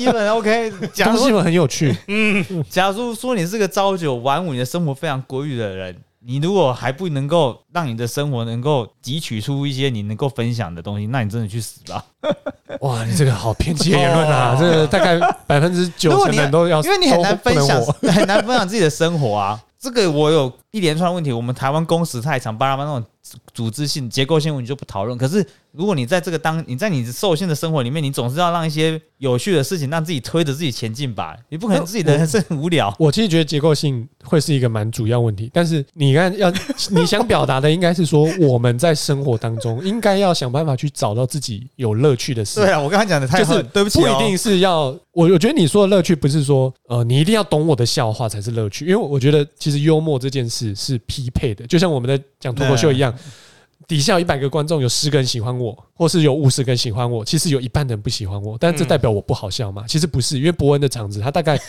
B: 一本 OK。假
C: 东西
B: 如
C: 们很有 趣，
A: 嗯
B: 假如说你是个朝九晚五，你的生活非常规律的人。你如果还不能够让你的生活能够汲取出一些你能够分享的东西，那你真的去死吧！
C: 哇，你这个好偏激的言论
A: 哦
C: 啊！这个大概百分之九
B: 如果
C: 十
B: 你
C: 的人都要，
B: 因为你很难
C: 都不
B: 分
C: 能
B: 享
C: 我，
B: 很难分享自己的生活啊。这个我有一连串问题，我们台湾工时太长，巴拉巴拉那种组织性、结构性问题就不讨论。可是如果你在这个当你在你受限的生活里面，你总是要让一些有趣的事情让自己推着自己前进吧，你不可能自己的人生很无聊。
C: 我其实觉得结构性会是一个蛮主要问题，但是你看要你想表达的应该是说，我们在生活当中应该要想办法去找到自己有乐趣的事
B: 对，啊，我刚才讲的太
C: 就是
B: 对不起、哦
C: 不一定是要我。我觉得你说的乐趣不是说呃，你一定要懂我的笑话才是乐趣，因为我觉得其实幽默这件事是匹配的，就像我们在讲脱口秀一样。
B: 哎
C: 底下有一百个观众，有十个人喜欢我，或是
B: 嗯
C: 有五十个人喜欢我，其实有一半人不喜欢我，但这
A: 嗯
C: 代表我不好笑吗？其实不是，因为伯恩的场子，他 大概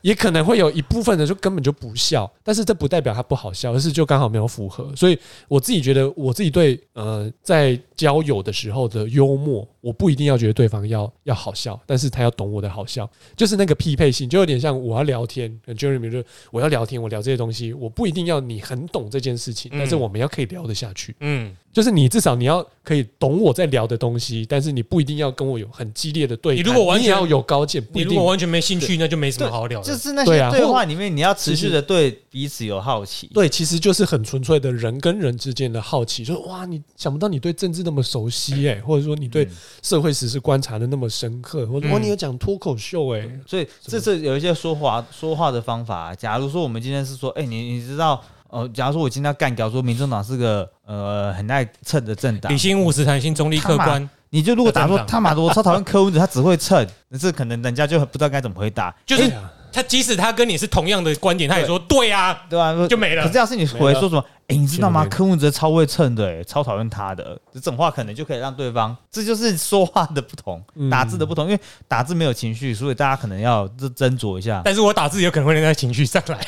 C: 也可能会有一部分人就根本就不笑，但是这不代表他不好笑，而是就刚好没有符合。所以我自己觉得，我自己对呃，在交友的时候的幽默，我不一定要觉得对方要要好笑，但是他要懂我的好笑，就是那个匹配性，就有点像我要聊天呃，Jeremy 就我要聊天，我聊这些东西，我不一定要你很懂这件事情，
A: 嗯
C: 但是我们要可以聊得下去，
A: 嗯，
C: 就是你至少你要可以懂我在聊的东西，但是你不一定要跟我有很激烈的对谈，
A: 你如果完全
C: 也要有高见，不
A: 你
C: 一
A: 如
C: 定
A: 果。完全没兴趣，那就没什么好聊
B: 就
A: 的。
B: 是那些
C: 对啊
B: 对话里面，你要持续的对彼此有好奇。
C: 对，其实就是很纯粹的人跟人之间的好奇，就是哇，你想不到你对政治那么熟悉哎、或者说你对
B: 嗯
C: 社会时事观察的那么深刻，或者哇，
A: 嗯
C: 你有讲脱口秀哎、
B: 所以这是有一些说话说话的方法、假如说我们今天是说，哎、你你知道，呃，假如说我今天要干掉说民政党是个呃很爱蹭的政党
A: 理，性、务实、弹性、中立、客观，
B: 你就如果打说
A: 政党
B: 他妈的我超讨厌柯文哲，他只会蹭，那这可能人家就很不知道该怎么回答，
A: 就是
C: 哎呀
A: 他即使他跟你是同样的观点，他也说对啊，
B: 对吧、
A: 就没了
B: 可是要是你回说什么，哎、你知道
C: 没
B: 吗？
C: 了
B: 柯文哲超会蹭的、哎，超讨厌他的，这种话可能就可以让对方，这就是说话的不同，
C: 嗯
B: 打字的不同，因为打字没有情绪，所以大家可能要斟斟酌一下。
A: 但是我打字有可能会让他情绪上来，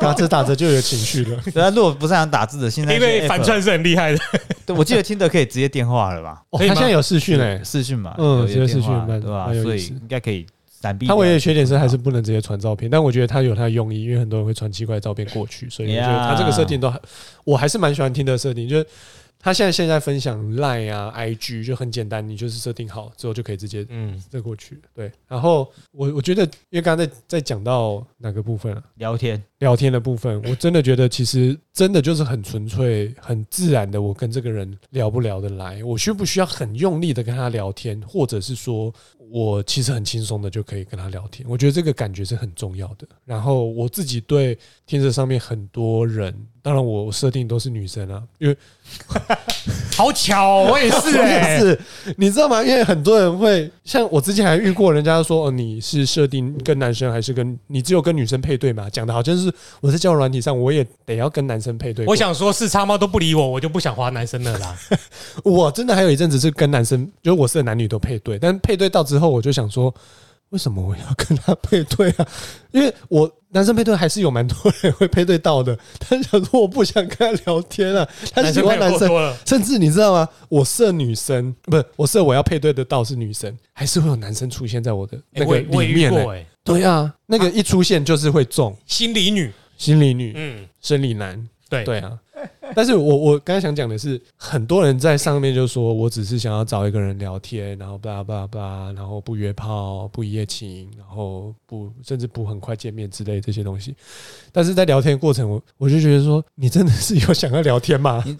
C: 打着打着就有情绪 了。
B: 对啊，如果不擅长打字的，现在
A: 因为
B: 是
A: 反
B: app
A: 串是很厉害的。
B: 对，我记得听得可以直接电话了吧？
A: 可
C: 哦，他
A: 以吗
C: 现在有视讯哎、
B: 视讯欸嘛，
C: 嗯
B: 有一
C: 直接
B: 个
C: 视
B: 电话
C: 讯蛮
B: 对吧、
C: 蛮有
B: 所
C: 意
B: 以
C: 思
B: 应该可以闪避。
C: 他唯一的缺点是还是不能直接传照片，但我觉得他有他的用意，因为很多人会传奇怪的照片过去，所以我觉得
B: Yeah
C: 他这个设定都还，我还是蛮喜欢听的设定，就是他现在现在分享 Line 啊、IG 就很简单，你就是设定好之后就可以直接
A: 嗯，
C: 这过去。对，然后我我觉得，因为刚才在在讲到哪个部分啊？
B: 聊天，
C: 聊天的部分，我真的觉得其实真的就是很纯粹、很自然的，我跟这个人聊不聊得来，我需不需要很用力的跟他聊天，或者是说我其实很轻松的就可以跟他聊天，我觉得这个感觉是很重要的。然后我自己对天色上面很多人，当然我我设定都是女生啊，因为
A: 好巧哦，我也 是哎，
C: 是，你知道吗？因为很多人会像我之前还遇过，人家说哦，你是设定跟男生还是跟你只有跟女生配对嘛？讲的好像是我在交友软体上，我也得要跟男生配对过。
A: 我想说，四叉猫都不理我，我就不想滑男生了啦。
C: 我真的还有一阵子是跟男生，就是我是男女都配对，但配对到之后，我就想说，为什么我要跟他配对啊？因为我男生配对还是有蛮多人会配对到的，但想说我不想跟他聊天啊， 他喜欢
A: 朋
C: 男
A: 友
C: 生
A: 够，多了，
C: 甚至你知道吗？我设女生不是我设我要配对的到是女生，还是会有男生出现在我的
A: 哎
C: 那
A: 我
C: 个
A: 也我也
C: 里
A: 遇
C: 面、
A: 过
C: 欸？
A: 哎，
C: 对啊，那个一出现就是会中
A: 心理女，
C: 心理女、
A: 嗯，
C: 生理男，
A: 对
C: 对啊。但是我我刚才想讲的是，很多人在上面就说我只是想要找一个人聊天，然后巴拉巴拉巴拉，然后不约炮，不一夜情，然后不甚至不很快见面之类这些东西。但是在聊天过程，我我就觉得说，你真的是有想要聊天吗？
B: 你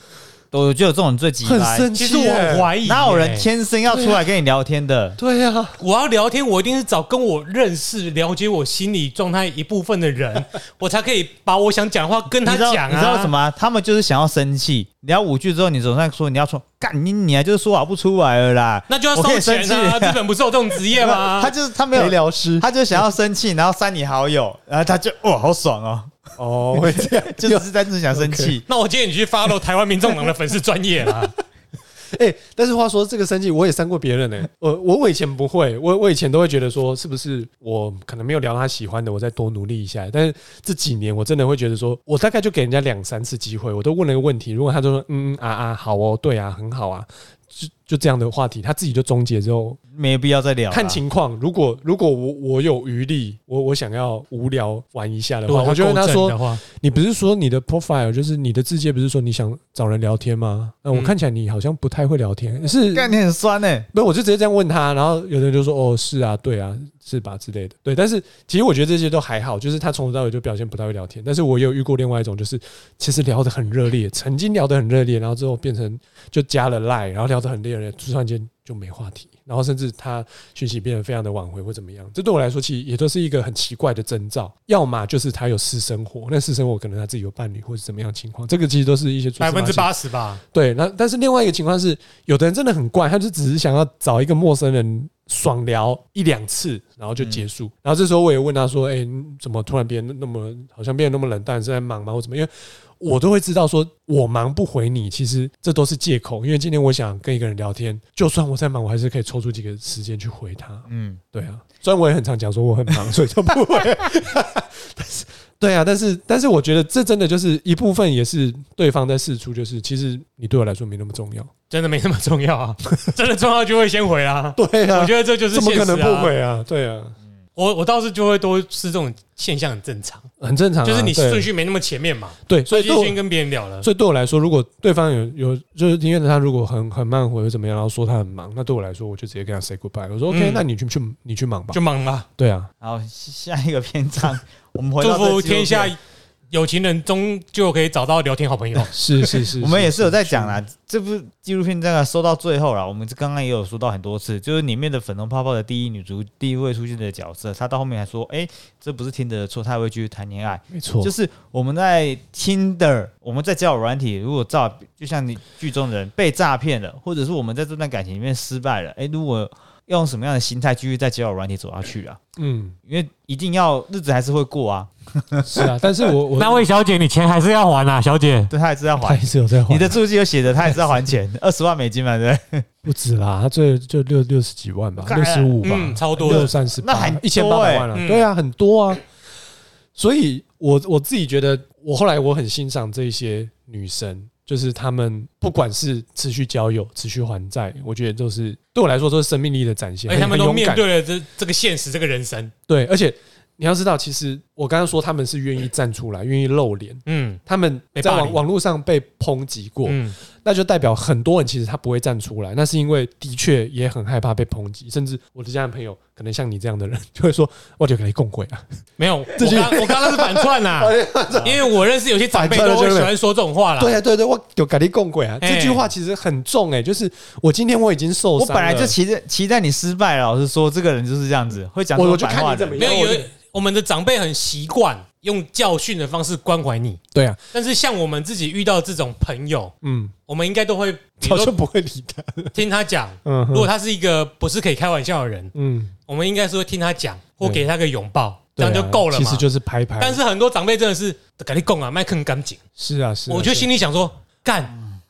B: 我觉得这种人最急
C: 很
B: 掰，
C: 生
A: 嗯
C: 气
A: 其
C: 耶。
A: 实我很怀疑耶，
B: 哪有人天生要出来跟你聊天的？
C: 对啊呀，
A: 我要聊天，我一定是找跟我认识、了解我心理状态一部分的 人，我才可以把我想讲的话跟
B: 你
A: 他
B: 知道
A: 讲啊。
B: 你知道什么啊、他们就是想要生气，聊五句之后，你总算说你要说干你你啊，就是说好不出来了啦。
A: 那就要
B: 我可以
A: 收
B: 生
A: 钱
B: 气
A: 啊！日本不是有啊这种职业吗？
B: 他就是他没有
C: 疗师
B: 他就想要生气，然后删你好友，然后他就哇好爽哦，
C: 哦，会这样
B: 就只是单纯想生气。
A: 那我建议你去 follow 台湾民众党的粉丝专业啊啦。
C: 哎、但是话说，这个生气我也删过别人呢、我我我以前不会，我我以前都会觉得说，是不是我可能没有聊到他喜欢的，我再多努力一下。但是这几年我真的会觉得说，我大概就给人家两三次机会，我都问了一个问题，如果他就说嗯嗯啊啊好哦，对啊，很好啊，就就这样的话题，他自己就终结之后，
B: 没必要再聊了，
C: 看情况。如果如果我我有余力，我我想要无聊玩一下的话， 我就啊跟他说，
A: 说，
C: 你不是说你的 profile 就是你的字界，不是说你想找人聊天吗？那、我
A: 嗯
C: 看起来你好像不太会聊天，是
B: 干你很酸欸呢、
C: 那我就直接这样问他，然后有的人就说：“哦，是啊，对啊，是吧？”之类的。对，但是其实我觉得这些都还好，就是他从头到尾就表现不太会聊天。但是我也有遇过另外一种，就是其实聊得很热烈，曾经聊得很热烈，然后之后变成就加了 line，然后聊得很热烈，突然间就没话题，然后甚至他讯息变得非常的挽回或怎么样。这对我来说，其实也都是一个很奇怪的征兆。要么就是他有私生活，那私生活可能他自己有伴侣或是怎么样的情况，这个其实都是一些蛛丝马
A: 百
C: 迹
A: 分之八十吧。
C: 对，那但是另外一个情况是，有的人真的很怪，他就只是想要找一个陌生人爽聊一两次，然后就结束。然后这时候我也问他说：“哎、你怎么突然变得那么好像变得那么冷淡？是在忙吗？或怎么？”因为我都会知道说，我忙不回你，其实这都是借口。因为今天我想跟一个人聊天，就算我在忙，我还是可以抽出几个时间去回他。
B: 嗯，
C: 对啊，虽然我也很常讲说我很忙， 所以就不会。但是，对啊，但是但是我觉得这真的就是一部分，也是对方在试出，就是其实你对我来说没那么重要。
A: 真的没那么重要 啊，真的重要就会先回啦。
C: 对啊，
A: 我觉得这就是
C: 怎么可
A: 现
C: 能
A: 实啊
C: 不？回啊？对啊，
A: 我我倒是就会多是这种现象很正常，
C: 很正常啊、
A: 就是你
C: 对
A: 顺序没那么前面嘛，
C: 对，所
A: 所
C: 以
A: 以
C: 对
A: 就
C: 我
A: 先跟别人聊了。
C: 所以对我来说，如果对方有有就是因为他如果很很慢回或怎么样，然后说他很忙，那对我来说我就直接跟他 say goodbye。我说 OK，、
A: 嗯
C: 那你去去你去忙吧
A: 就。忙啦，
C: 对啊，
B: 好，下一个篇章，我们回到
A: 祝
B: 这
A: 福
B: 纪录
A: 天下
B: 片
A: 有情人终究可以找到聊天好朋友。
C: 是是是，
B: 我们也是有在讲啦，这部纪录片这个说到最后啦，我们刚刚也有说到很多次，就是里面的粉红泡泡的第一女主第一位出现的角色，她到后面还说，哎、这不是听的错，她还会继续谈恋爱。
C: 没错，
B: 就是我们在 Tinder，我们在交友软体，如果诈，就像你剧中的人被诈骗了，或者是我们在这段感情里面失败了，哎、如果用什么样的心态继续在交友软体走下去啊？
C: 嗯，
B: 因为一定要日子还是会过啊，
C: 是啊，但是 我我
A: 位小姐，你钱还是要还啊，小姐。
B: 对，他还是要
C: 他
B: 还
C: 也。是有在还
B: 你的注记有写的，他也是要还钱，二十万美金嘛，对不对？
C: 不止啦，他最就六六十几万吧，
B: 干
C: 六十五吧，
A: 嗯，超多
C: 六
A: 的。
C: 三十
B: 那很
C: 一千
B: 多
C: 八
B: 欸
C: 百万了、
A: 嗯
C: 对啊，很多啊。所以我我自己觉得，我后来我很欣赏这些女生，就是她们不管是持续交友、持续还债，我觉得都是对我来说都是生命力的展现，
A: 而且他们
C: 很
A: 都
C: 很勇
A: 面
C: 敢
A: 对了这这个现实，这个人生。
C: 对，而且你要知道，其实我刚刚说他们是愿意站出来，愿意露脸，
A: 嗯
C: 他们
A: 被
C: 在
A: 霸
C: 网
A: 凌
C: 网络上被抨击过，
A: 嗯，
C: 那就代表很多人其实他不会站出来，那是因为的确也很害怕被抨击，甚至我的家人朋友可能像你这样的人，就会说我就给你共轨啊，
A: 没有，我刚我刚刚是反串 呐，因为我认识有些长辈
C: 哎反
A: 都
C: 串
A: 会喜
C: 了对不对
A: 欢说这种话啦。
C: 对啊对对，我就给你共轨啊，
A: 哎
C: 这句话其实很重哎、就是我今天我已经受
B: 我
C: 伤了，
B: 本来就期待期待你失败了。老实说，这个人就是这样子，会讲
C: 我
B: 这
C: 我
B: 种
C: 就
B: 反
C: 看
B: 话
C: 你怎
B: 的
C: 么。
A: 没
C: 样，
A: 有
C: 我就
A: 有我们的长辈很习惯用教训的方式关怀你，
C: 对啊，
A: 但是像我们自己遇到这种朋友，
C: 嗯，
A: 我们应该都会，比 如
C: 早就
A: 说
C: 不会理他，
A: 听他讲。
C: 嗯
A: 如果
C: 哼
A: 他是一个不是可以开玩笑的人，
C: 嗯，
A: 我们应该是会听他讲或
C: 对
A: 给他个拥抱，这样
C: 对
A: 就
C: 啊
A: 够了
C: 其
A: 嘛
C: 实。就是拍拍，
A: 但是很多长辈真的是赶紧供啊，麦更干净。
C: 是啊是啊，
A: 我就是
C: 啊
A: 心里想说，干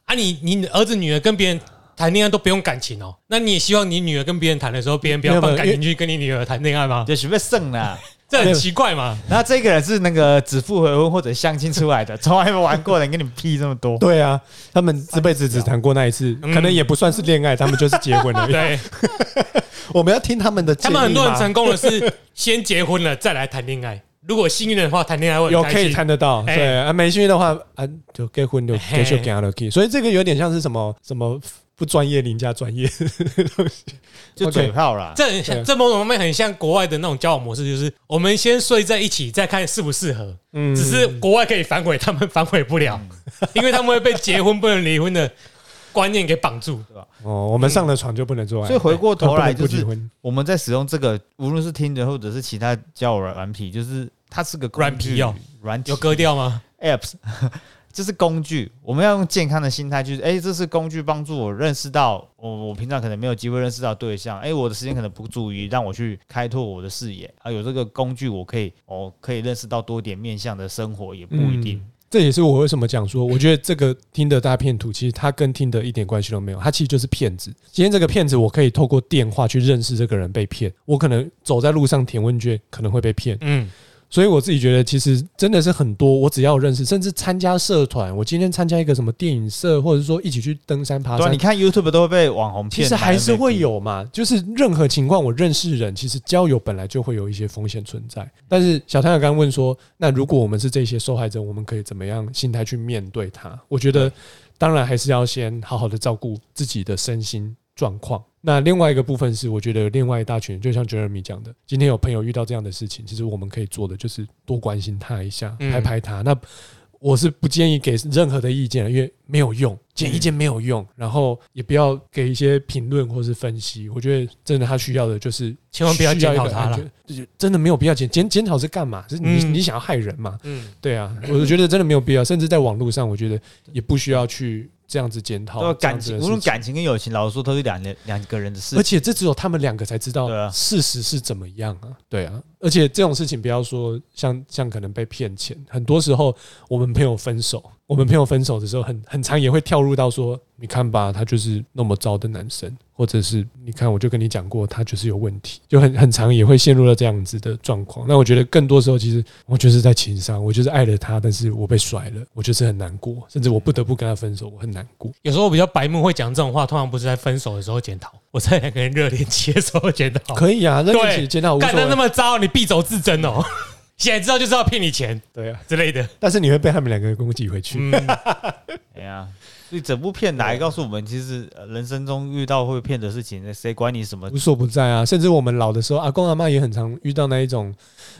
A: 啊你，你儿子女儿跟别人谈恋爱都不用感情哦，那你也希望你女儿跟别人谈的时候，别人不
C: 没
A: 要
C: 有没有
A: 放感
C: 因
A: 情去跟你女儿谈恋爱吗？
B: 就随便胜啦。
A: 这很奇怪嘛。
B: 然后这个人是那个指腹回婚或者相亲出来的，从来没玩过的，跟你屁这么多。
C: 对啊，他们这辈子只谈过那一次，
A: 嗯
C: 可能也不算是恋爱，他们就是结婚了。
A: 对
C: 我们要听他们的建
A: 他
C: 议
A: 们
C: 嘛，
A: 很多人成功的是先结婚了再来谈恋爱，如果幸运的话，谈恋爱会很
C: 有
A: 开
C: 可以
A: 心
C: 谈得到，
A: 哎
C: 对啊，没幸运的话啊，就结婚就
A: 嘿
C: 继续给他的 key，所以这个有点像是什么什么。不专业凌 驾专业，
B: 就
C: OK
B: 嘴炮啦。
A: 这很像这某种方面很像国外的那种交往模式，就是我们先睡在一起，再看适不适合。
C: 嗯
A: 只是国外可以反悔，他们反悔不了， 因为他们会被结婚不能离婚的观念给绑住。
C: 哦，我们上了床就不能做爱，
B: 所以回过头来，就
C: 不能不结
B: 是
C: 婚
B: 我们在使用这个，无论是听着或者是其他交友软体，就是它是个工具
A: 软皮哦，
B: 软体
A: 有割掉吗？嗯
B: apps，这 是工具，我们要用健康的心态去，哎、这是工具帮助我认识到我我平常可能没有机会认识到对象，哎、我的时间可能不足以让我去开拓我的视野啊，有这个工具我可以哦可以认识到多点面向的生活也不一定，
C: 嗯这也是我为什么讲说，我觉得这个听的大骗图，其实它跟听的一点关系都没有，它其实就是骗子。今天这个骗子，我可以透过电话去认识这个人被骗，我可能走在路上填问卷可能会被骗，
A: 嗯，
C: 所以我自己觉得其实真的是很多，我只要有认识，甚至参加社团，我今天参加一个什么电影社，或者说一起去登山爬
B: 对啊，
C: 山
B: 你，看 YouTube 都会被网红
C: 其
B: 骗，
C: 实还是会
B: 买
C: 有嘛，就是任何情况，我认识人，其实交友本来就会有一些风险存在。但是小太阳刚刚问说，那如果我们是这些受害者，我们可以怎么样心态去面对它？我觉得，当然还是要先好好的照顾自己的身心状况。那另外一个部分是，我觉得另外一大群，就像 Jeremy 讲的，今天有朋友遇到这样的事情，其实我们可以做的就是多关心他一下，
A: 嗯
C: 拍拍他。那我是不建议给任何的意见，因为没有用，给意见没有
A: 嗯
C: 用，然后也不要给一些评论或是分析。我觉得真的他需要的就是
A: 千万不要
C: 需一
A: 检
C: 个
A: 讨他
C: 安
A: 了
C: 全。，就是真的没有必要检检检讨是干嘛？是你、
A: 嗯
C: 你想要害人嘛？
A: 嗯，
C: 对啊，我觉得真的没有必要，甚至在网络上，我觉得也不需要去这样子检讨
B: 对啊
C: 这
B: 感
C: 样子
B: 情，
C: 的
B: 无论
C: 事情
B: 感情跟友情，老实说都是两人两个人的事
C: 而。且这只有他们两个才知
B: 对
C: 道
B: 啊
C: 事实是怎么样啊，对啊。而且这种事情不要说像像可能被骗钱，很多时候我们朋友分手，我们朋友分手的时候很，很常也会跳入到说，你看吧，他就是那么糟的男生，或者是你看我就跟你讲过，他就是有问题，就很很常也会陷入到这样子的状况。那我觉得更多时候其实我就是在情商，我就是爱了他，但是我被甩了，我就是很难过，甚至我不得不跟他分手，我很难过。
A: 有时候我比较白目，会讲这种话，通常不是在分手的时候检讨，我在两个人热恋期的时候检讨。
C: 可以啊，那
A: 哦对
C: 一起见到无所
A: 干得那
C: 谓，
A: 么糟，你必走自珍哦。现在知道就是要骗你钱
C: 对啊。
A: 之类的。
C: 但是你会被他们两个攻击回去。
A: 嗯，
B: 哎呀，所以整部片来告诉我们，其实呃人生中遇到会骗的事情，谁管你什么
C: 无所不在啊！甚至我们老的时候，阿公阿妈也很常遇到那一种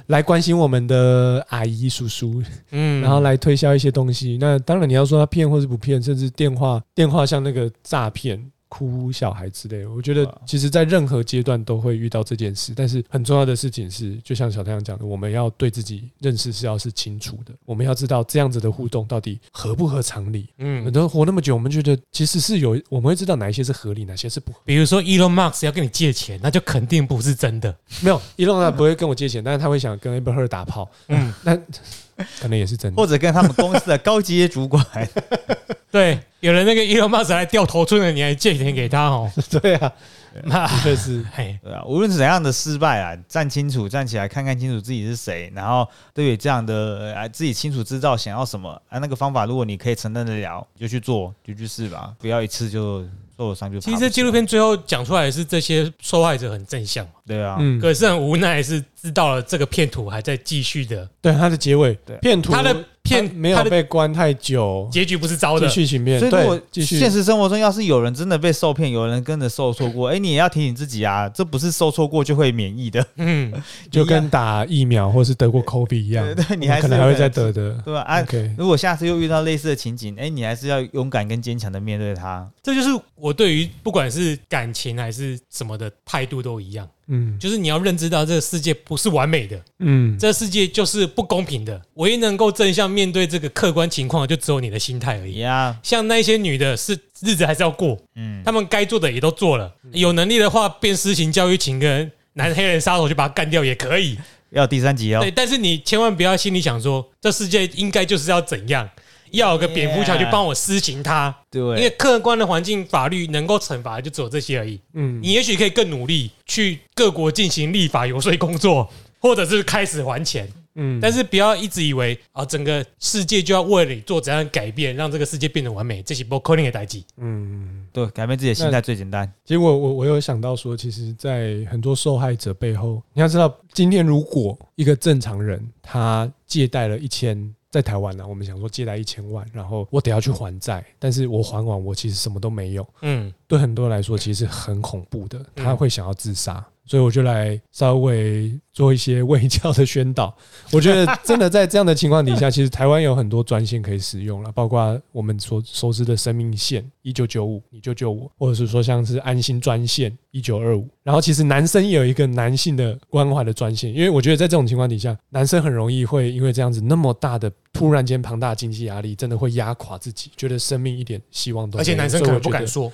C: 来关心我们的阿姨叔叔，
A: 嗯
C: 然后来推销一些东西。那当然你要说他骗或是不骗，甚至电话电话像那个诈骗、哭小孩之类的，我觉
B: 哇
C: 得其实在任何阶段都会遇到这件事。但是很重要的事情是，就像小太阳讲的，我们要对自己认识是要是清楚的，我们要知道这样子的互动到底合不合常理。我们
A: 嗯，
C: 都活那么久，我们觉得其实是有，我们会知道哪一些是合理，哪些是不合理。
A: 比如说 Elon Musk 要跟你借钱，那就肯定不是真的。
C: 没有，伊隆呢不会跟我借钱，但是他会想跟 Amber Heard 打炮，
A: 嗯，
C: 那可能也是 真的。
B: 或者跟他们公司的高级主管，
A: 对，有人那个 Elon Musk 来掉头寸了，你还借钱给他哦。
C: 对啊，
A: 那
C: 的确是。
A: 哎，
B: 对啊，无论怎样的失败啊，站清楚，站起来，看看清楚自己是谁，然后对于这样的啊，自己清楚知道想要什么啊，那个方法，如果你可以承担得了，你就去做，就去试吧，不要一次就受了伤就爬不起
A: 其
B: 来。
A: 实这纪录片最后讲出来的是这些受害者很正向嘛，
B: 对啊，
C: 嗯，
A: 可是很无奈是知道了这个骗图还在继续的，
C: 对他的结尾
B: 对，
C: 骗图
A: 他的骗
C: 他没
A: 他
C: 有
A: 的
C: 被关太久，
A: 结 局不是糟的
C: 继。续行骗，
B: 所以如果
C: 对，继续
B: 现实生活中要是有人真的被受骗，有人跟着受挫过，哎、你也要提醒自己啊，这不是受挫过就会免疫的，
A: 嗯，
C: 就跟打疫苗或是得过 COVID 一样
B: 对， 对，你
C: 我
B: 还是
C: 可能还
B: 有
C: 会再嗯得的。
B: 对吧？啊，
C: OK，
B: 如果下次又遇到类似的情景，哎、你还是要勇敢跟坚强的面对它。
A: 这就是我对于不管是感情还是什么的态度都一样，
C: 嗯
A: 就是你要认知到这个世界不是完美的，
C: 嗯，
A: 这世界就是不公平的。唯一能够正向面对这个客观情况，就只有你的心态而已。
B: 呀、
A: 像那些女的是日子还是要过，
B: 嗯，
A: 他们该做的也都做了，有能力的话变施行教育，请个男黑人杀手去把他干掉也可以。
B: 要第三集哦
A: 对，。但是你千万不要心里想说，这世界应该就是要怎样，要有个蝙蝠侠去帮我施行它。因为
B: 对，
A: 客观的环境法律能够惩罚的就只有这些而已。
C: 嗯
A: 你也许可以更努力去各国进行立法游说工作，或者是开始还钱，
C: 嗯
A: 但是不要一直以为啊，整个世界就要为了你做怎样的改变，让这个世界变得完美，这是不可能的代际。
C: 嗯。
B: 对，改变自己的心态最简单。
C: 其实我我我有想到说，其实，在很多受害者背后，你要知道，今天如果一个正常人他借贷了一千在台湾啊呢、我们想说借贷一千万，然后我得要去还债，但是我还完我其实什么都没有。
A: 嗯，
C: 对很多人来说其实很恐怖的，
A: 嗯
C: 他会想要自杀。所以我就来稍微做一些 卫教的宣导。我觉得真的在这样的情况底下，其实台湾有很多专线可以使用了，包括我们所熟知的生命线一九九五，你就救我，或者是说像是安心专线一九二五。然后其实男生也有一个男性的关怀的专线，因为我觉得在这种情况底下，男生很容易会因为这样子那么大的突然间庞大的经济压力，真的会压垮自己，觉得生命一点希望都没有。
A: 而且男生可
C: 所以我
A: 能不
C: 觉
A: 敢
C: 得
A: 说，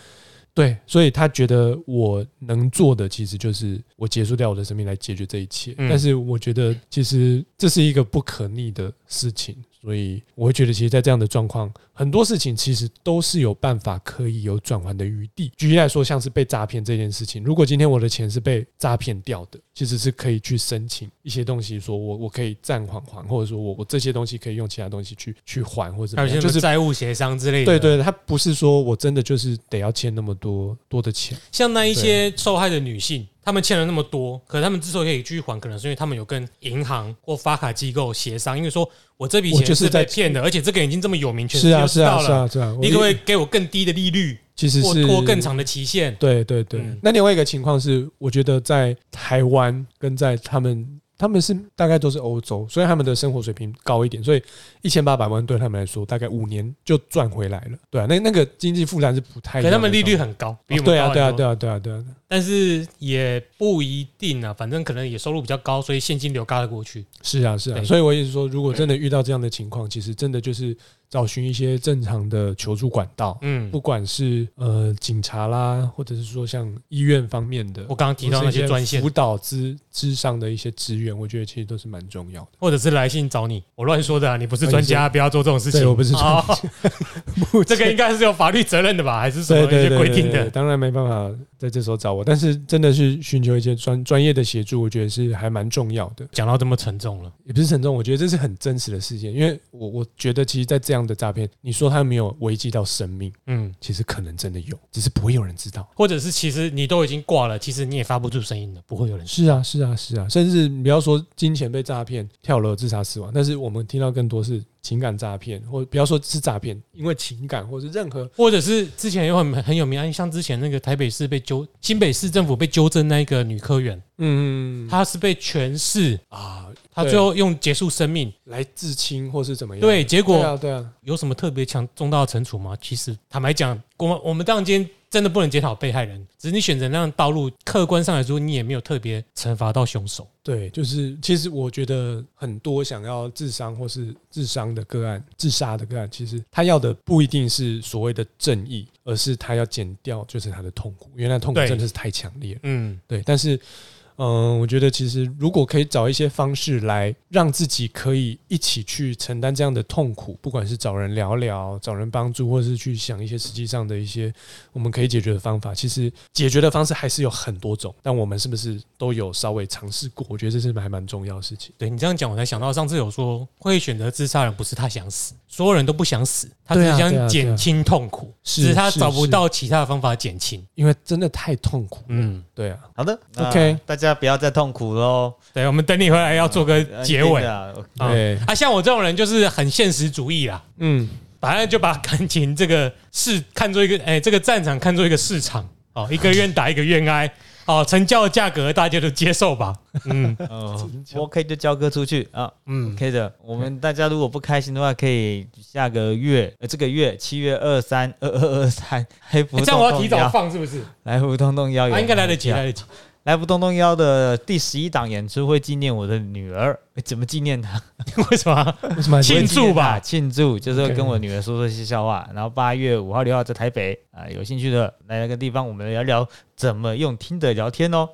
C: 对，所以他觉得我能做的其实就是我结束掉我的生命来解决这一切。
A: 嗯
C: 但是我觉得其实这是一个不可逆的事情，所以我会觉得其实，在这样的状况，很多事情其实都是有办法可以有转圜的余地。举例来说，像是被诈骗这件事情，如果今天我的钱是被诈骗掉的，其实是可以去申请一些东西，说我我可以暂缓还，或者说我我这些东西可以用其他东西去去还，或者怎
A: 还
C: 么
A: 有一些什
C: 样，啊就
A: 么
C: 是。
A: 债务协商之类的。
C: 对，对，他不是说我真的就是得要欠那么多多的钱，
A: 像那一些受害的女性，她们欠了那么多，可她们之所以可以继续还，可能是因为她们有跟银行或发卡机构协商，因为说我这笔
C: 我
A: 钱
C: 就是
A: 被
C: 在
A: 骗的，而且这个已经这么有名，全世
C: 是
A: 界
C: 啊，
A: 都
C: 是
A: 知
C: 啊，
A: 道
C: 是
A: 了，
C: 啊，是啊。我
A: 你可不可以
C: 一
A: 给我更低的利率，
C: 其实
A: 或
C: 是
A: 拖更？长的期限？
C: 对对对
A: 嗯。
C: 那另外一个情况是，我觉得在台湾跟在他们，他们是大概都是欧洲，所以他们的生活水平高一点，所以一千八百万对他们来说，大概五年就赚回来了。对啊，那那个经济负担是不太一
A: 可
C: 样
A: 他
C: 的。
A: 们利率很高，比我们
C: 哦对
A: 高
C: 啊，
A: 很
C: 对啊，
A: 多
C: 对啊，对啊，对啊。
A: 但是也不一定啊，反正可能也收入比较高，所以现金流嘎了过去。
C: 是啊，是啊，
A: 对
C: 所以我一直说，如果真的遇到这样的情况，其实真的就是找寻一些正常的求助管道，
A: 嗯，
C: 不管是呃警察啦，或者是说像医院方面的，
A: 我刚刚提到那些专线
C: 辅，导之之上的一些资源，我觉得其实都是蛮重要的。
A: 或者是来信找你，我乱说的啊，你不是专
C: 哦
A: 家，不要做这种事情。
C: 对我不是专家
A: 哦 这个应该是有法律责任的吧，还是什么
C: 对
A: 一
C: 对
A: 些
C: 对
A: 规
C: 对
A: 定
C: 对
A: 的？
C: 当然没办法在这时候找我，但是真的是寻求一些专专业的协助，我觉得是还蛮重要的。
A: 讲到这么沉重了，
C: 也不是沉重，我觉得这是很真实的事件，因为我我觉得其实，在这样的诈骗，你说他没有危及到生命，
A: 嗯，
C: 其实可能真的有，只是不会有人知道。
A: 或者是其实你都已经挂了，其实你也发不出声音了，不会有人。
C: 是啊，是啊，是啊，甚至你不要说金钱被诈骗、跳楼自杀死亡，但是我们听到更多是情感诈骗，或不要说是诈骗，因为情感或是任何
A: 或者是之前有很很有名案，像之前那个台北市被纠，新北市政府被纠正那个女科员，
C: 嗯
A: 她是被全市，
C: 啊
A: 她
C: 对
A: 最后用结束生命，
C: 来自清或是怎么样，
A: 对，结
C: 对
A: 果
C: 啊对啊，
A: 有什么特别强重大的惩处吗？其实坦白讲，我们我们当然今天真的不能检讨被害人，只是你选择那样的道路，客观上来说，你也没有特别惩罚到凶手。
C: 对，就是其实我觉得很多想要自伤或是自伤的个案、自杀的个案，其实他要的不一定是所谓的正义，而是他要减掉就是他的痛苦，原来痛苦
A: 对
C: 真的是太强烈了。
A: 嗯，
C: 对，但是，嗯、我觉得其实如果可以找一些方式来让自己可以一起去承担这样的痛苦，不管是找人聊聊、找人帮助，或是去想一些实际上的一些我们可以解决的方法，其实解决的方式还是有很多种。但我们是不是都有稍微尝试过？我觉得这是还蛮重要的事情。
A: 对你这样讲，我才想到上次有说会选择自杀的人，不是他想死，所有人都不想死，他只
C: 对
A: 是
C: 啊对啊
A: 想减轻痛苦，
C: 是
A: 只是他
C: 是
A: 找不
C: 是
A: 到其他的方法减轻。
C: 因为真的太痛苦。
A: 嗯，
C: 对啊，
B: 好的那
C: OK
B: 大家不要再痛苦喽。
A: 对，我们等你回来要做个结尾啊
B: 啊，
A: 啊
C: 对，
A: 像我这种人就是很现实主义啦，
C: 嗯，
A: 反正就把感情这个市看作一个，哎、这个战场看作一个市场，哦，一个愿打一个愿挨，哦，成交的价格大家都接受吧，嗯
B: 嗯，OK 就交割出去啊
A: 嗯，
B: ，OK 的。我们大家如果不开心的话，可以下个月，呃，这个月七月二三二二二三， 来
A: 哎
B: 福动
A: 这样我要提早
B: 动腰，
A: 放是不是？
B: 来福动动腰，
A: 啊，应该来得及，来得及。
B: 来福动动腰的第十一档演出会纪念我的女儿，诶怎么纪念她？
A: 为什么啊？
C: 为什么还
A: 庆祝吧
B: 庆祝就是会
C: OK
B: 跟我女儿说说些笑话。然后八月五号、六号在台北啊、有兴趣的来那个地方，我们聊聊怎么用听的聊天哦。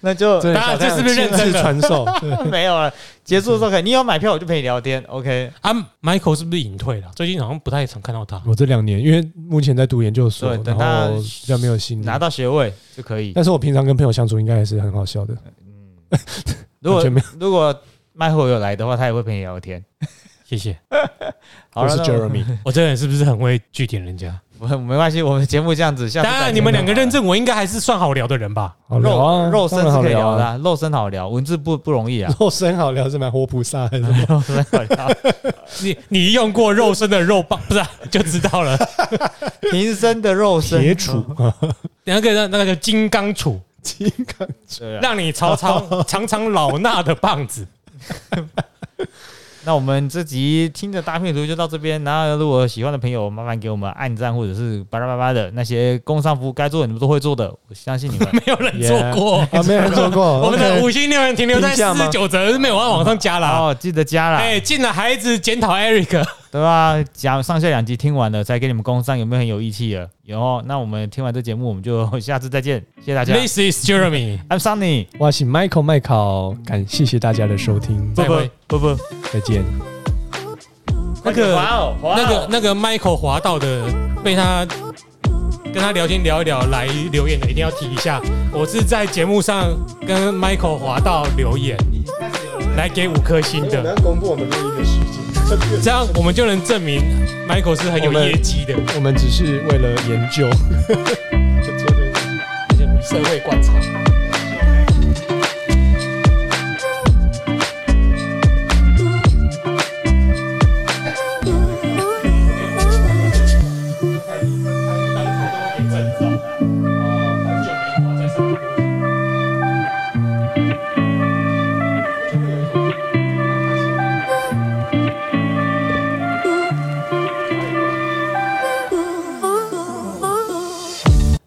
B: 那就
C: 对
A: 当然这是不是认真
C: 是
A: 的
C: 传 授？对
B: 没有了。结束的时候可以，你有买票我就陪你聊天，OK？
A: 啊，Michael 是不是隐退了？最近好像不太常看到他。
C: 我这两年因为目前在读研究所，
B: 对等
C: 然
B: 他
C: 后比较没有心力
B: 拿到学位就可以。
C: 但是我平常跟朋友相处应该还是很好笑的。
B: 嗯，如果
C: 完全没有
B: 如果麦后有来的话，他也会陪你聊天。
A: 谢谢，
B: 好
C: 我
B: 了，
C: 是
B: 那
C: Jeremy，
A: 我这个人是不是很会据点人家？
B: 不我们 没关系，我们节目这样子，下次
A: 当
B: 改
A: 然，
B: 天
A: 你们
B: 再
A: 两个
B: 聊
A: 认证我应该还是算好聊的人吧？
C: 好
B: 肉、
C: 聊啊，
B: 肉
C: 当
B: 身
C: 然
B: 是
C: 好
B: 可以
C: 聊
B: 聊的
C: 啊，，
B: 啊、肉身好聊，文字不不容易啊
C: 肉身好聊是蛮活菩萨还是什么？
B: 肉身好聊，
A: 你你用过肉身的肉棒，不是啊、就知道了。
B: 平生的肉身
C: 铁杵， 啊，
A: 那个那那个叫金刚杵，
C: 金刚
B: 对啊。
A: 让你尝 尝尝尝老衲的棒子。
B: 那我们这集听着大片图就到这边，然后如果喜欢的朋友，麻烦给我们按赞或者是巴拉巴拉的那些工商服务该做的你们都会做的，我相信你 们。
A: 没有人做过。
C: 啊，没有人做过。
A: 我们的
C: OK
A: 五星留言停留在
C: 评价
A: 四
C: 吗
A: 十九折，是没有办法往上加啦。
B: 哦，记得加啦，
A: 哎，进了孩子检讨 Eric，
B: 对啊吧？讲上下两集听完了，再给你们工商有没有很有义气了？有哦。那我们听完这节目，我们就下次再见，谢谢大家。
A: This is Jeremy，
B: I'm Sunny，
C: 我是 Michael 麦考，感谢谢大家的收听，
A: 不
B: 不
A: 再会
B: 不不不，
C: 再见。
A: 那个
B: 哇哦哇哦
A: 那个那个 Michael 滑到的，被他跟他聊天聊一聊来留言的，一定要提一下。我是在节目上跟 Michael 滑到留言，来给五颗星
D: 我们要
A: 的，
D: 公布我们录音的时间，
A: 这样我们就能证明 Michael 是很有
C: 我们
A: 业绩的，
C: 我们只是为了研究。
D: 这个这个
A: 社会观察。